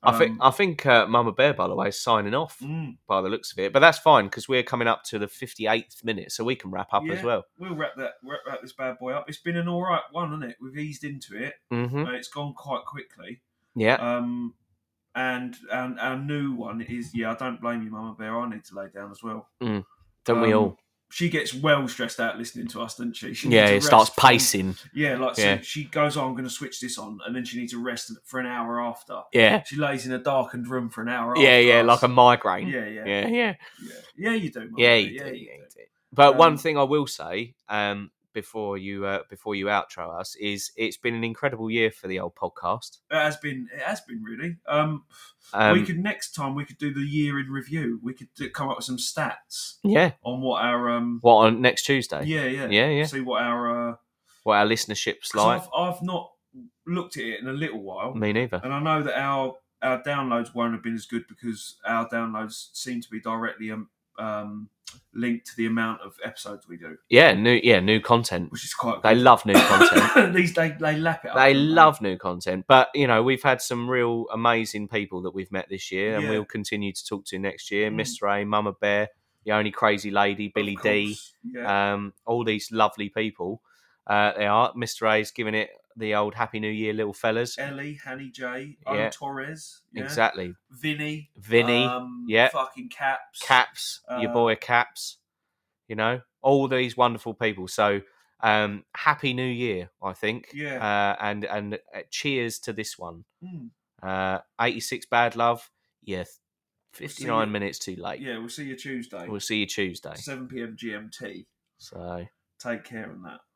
S1: I think
S2: Um,
S1: I think uh, Mama Bear, by the way, is signing off
S2: mm,
S1: by the looks of it, but that's fine because we're coming up to the fifty-eighth minute, so we can wrap up as
S2: Yeah.
S1: well.
S2: we'll wrap that wrap, wrap this bad boy up. It's been an all right one, isn't it? We've eased into it.
S1: hmm
S2: Uh, it's gone quite quickly.
S1: Yeah,
S2: Um, and and our new one is yeah. I don't blame you, Mama Bear. I need to lay down as well.
S1: don't we
S2: um,
S1: all?
S2: She gets well stressed out listening to us, doesn't she? she
S1: Yeah,
S2: needs to
S1: it starts
S2: rest from-
S1: pacing.
S2: yeah, like so
S1: Yeah.
S2: she goes, oh, "I'm going to switch this on," and then she needs to rest for an hour after.
S1: Yeah,
S2: She lays in a darkened room for an hour.
S1: yeah,
S2: after
S1: yeah, like
S2: us.
S1: a migraine.
S2: yeah, yeah, yeah,
S1: yeah, yeah,
S2: yeah, yeah. You do, Mama
S1: yeah.
S2: Bear.
S1: you do, yeah, you do. But one
S2: Um,
S1: thing I will say, um, before you uh, before you outro us, is it's been an incredible year for the old podcast.
S2: It has been. It has been really. Um,
S1: Um,
S2: we could next time we could do the year in review. We could do, come up with some stats
S1: yeah.
S2: on what our um
S1: What on next Tuesday?
S2: yeah yeah
S1: yeah, yeah.
S2: see what our uh,
S1: What our listenership's
S2: 'cause
S1: like?
S2: I've, I've not looked at it in a little while,
S1: Me neither.
S2: and I know that our our downloads won't have been as good because our downloads seem to be directly um, um linked to the amount of episodes we do,
S1: Yeah, new yeah new content.
S2: which is quite.
S1: They
S2: good.
S1: love new content.
S2: These they they lap it. up,
S1: They
S2: don't
S1: love new content, but you know we've had some real amazing people that we've met this year, and
S2: Yeah.
S1: we'll continue to talk to next year.
S2: Mm.
S1: Miss Ray, Mama Bear, the only crazy lady,
S2: Of
S1: Billy D,
S2: course, Yeah.
S1: um, all these lovely people. Uh, they are uh, Miss Ray's giving it the old Happy New Year little fellas.
S2: Ellie, Hanny J, O
S1: Yeah.
S2: Torres, yeah?
S1: Exactly.
S2: Vinny,
S1: Vinny,
S2: um,
S1: yeah.
S2: fucking Caps,
S1: Caps, your
S2: uh,
S1: boy Caps, you know, all these wonderful people. So, um, happy new year, I think.
S2: Yeah.
S1: Uh, and and uh, cheers to this one.
S2: Mm.
S1: Uh, 86 Bad Love. Yeah.
S2: We'll
S1: 59
S2: see you-
S1: minutes too late.
S2: Yeah, we'll see you Tuesday,
S1: We'll see you Tuesday.
S2: 7 p.m. GMT.
S1: So,
S2: Take care on that.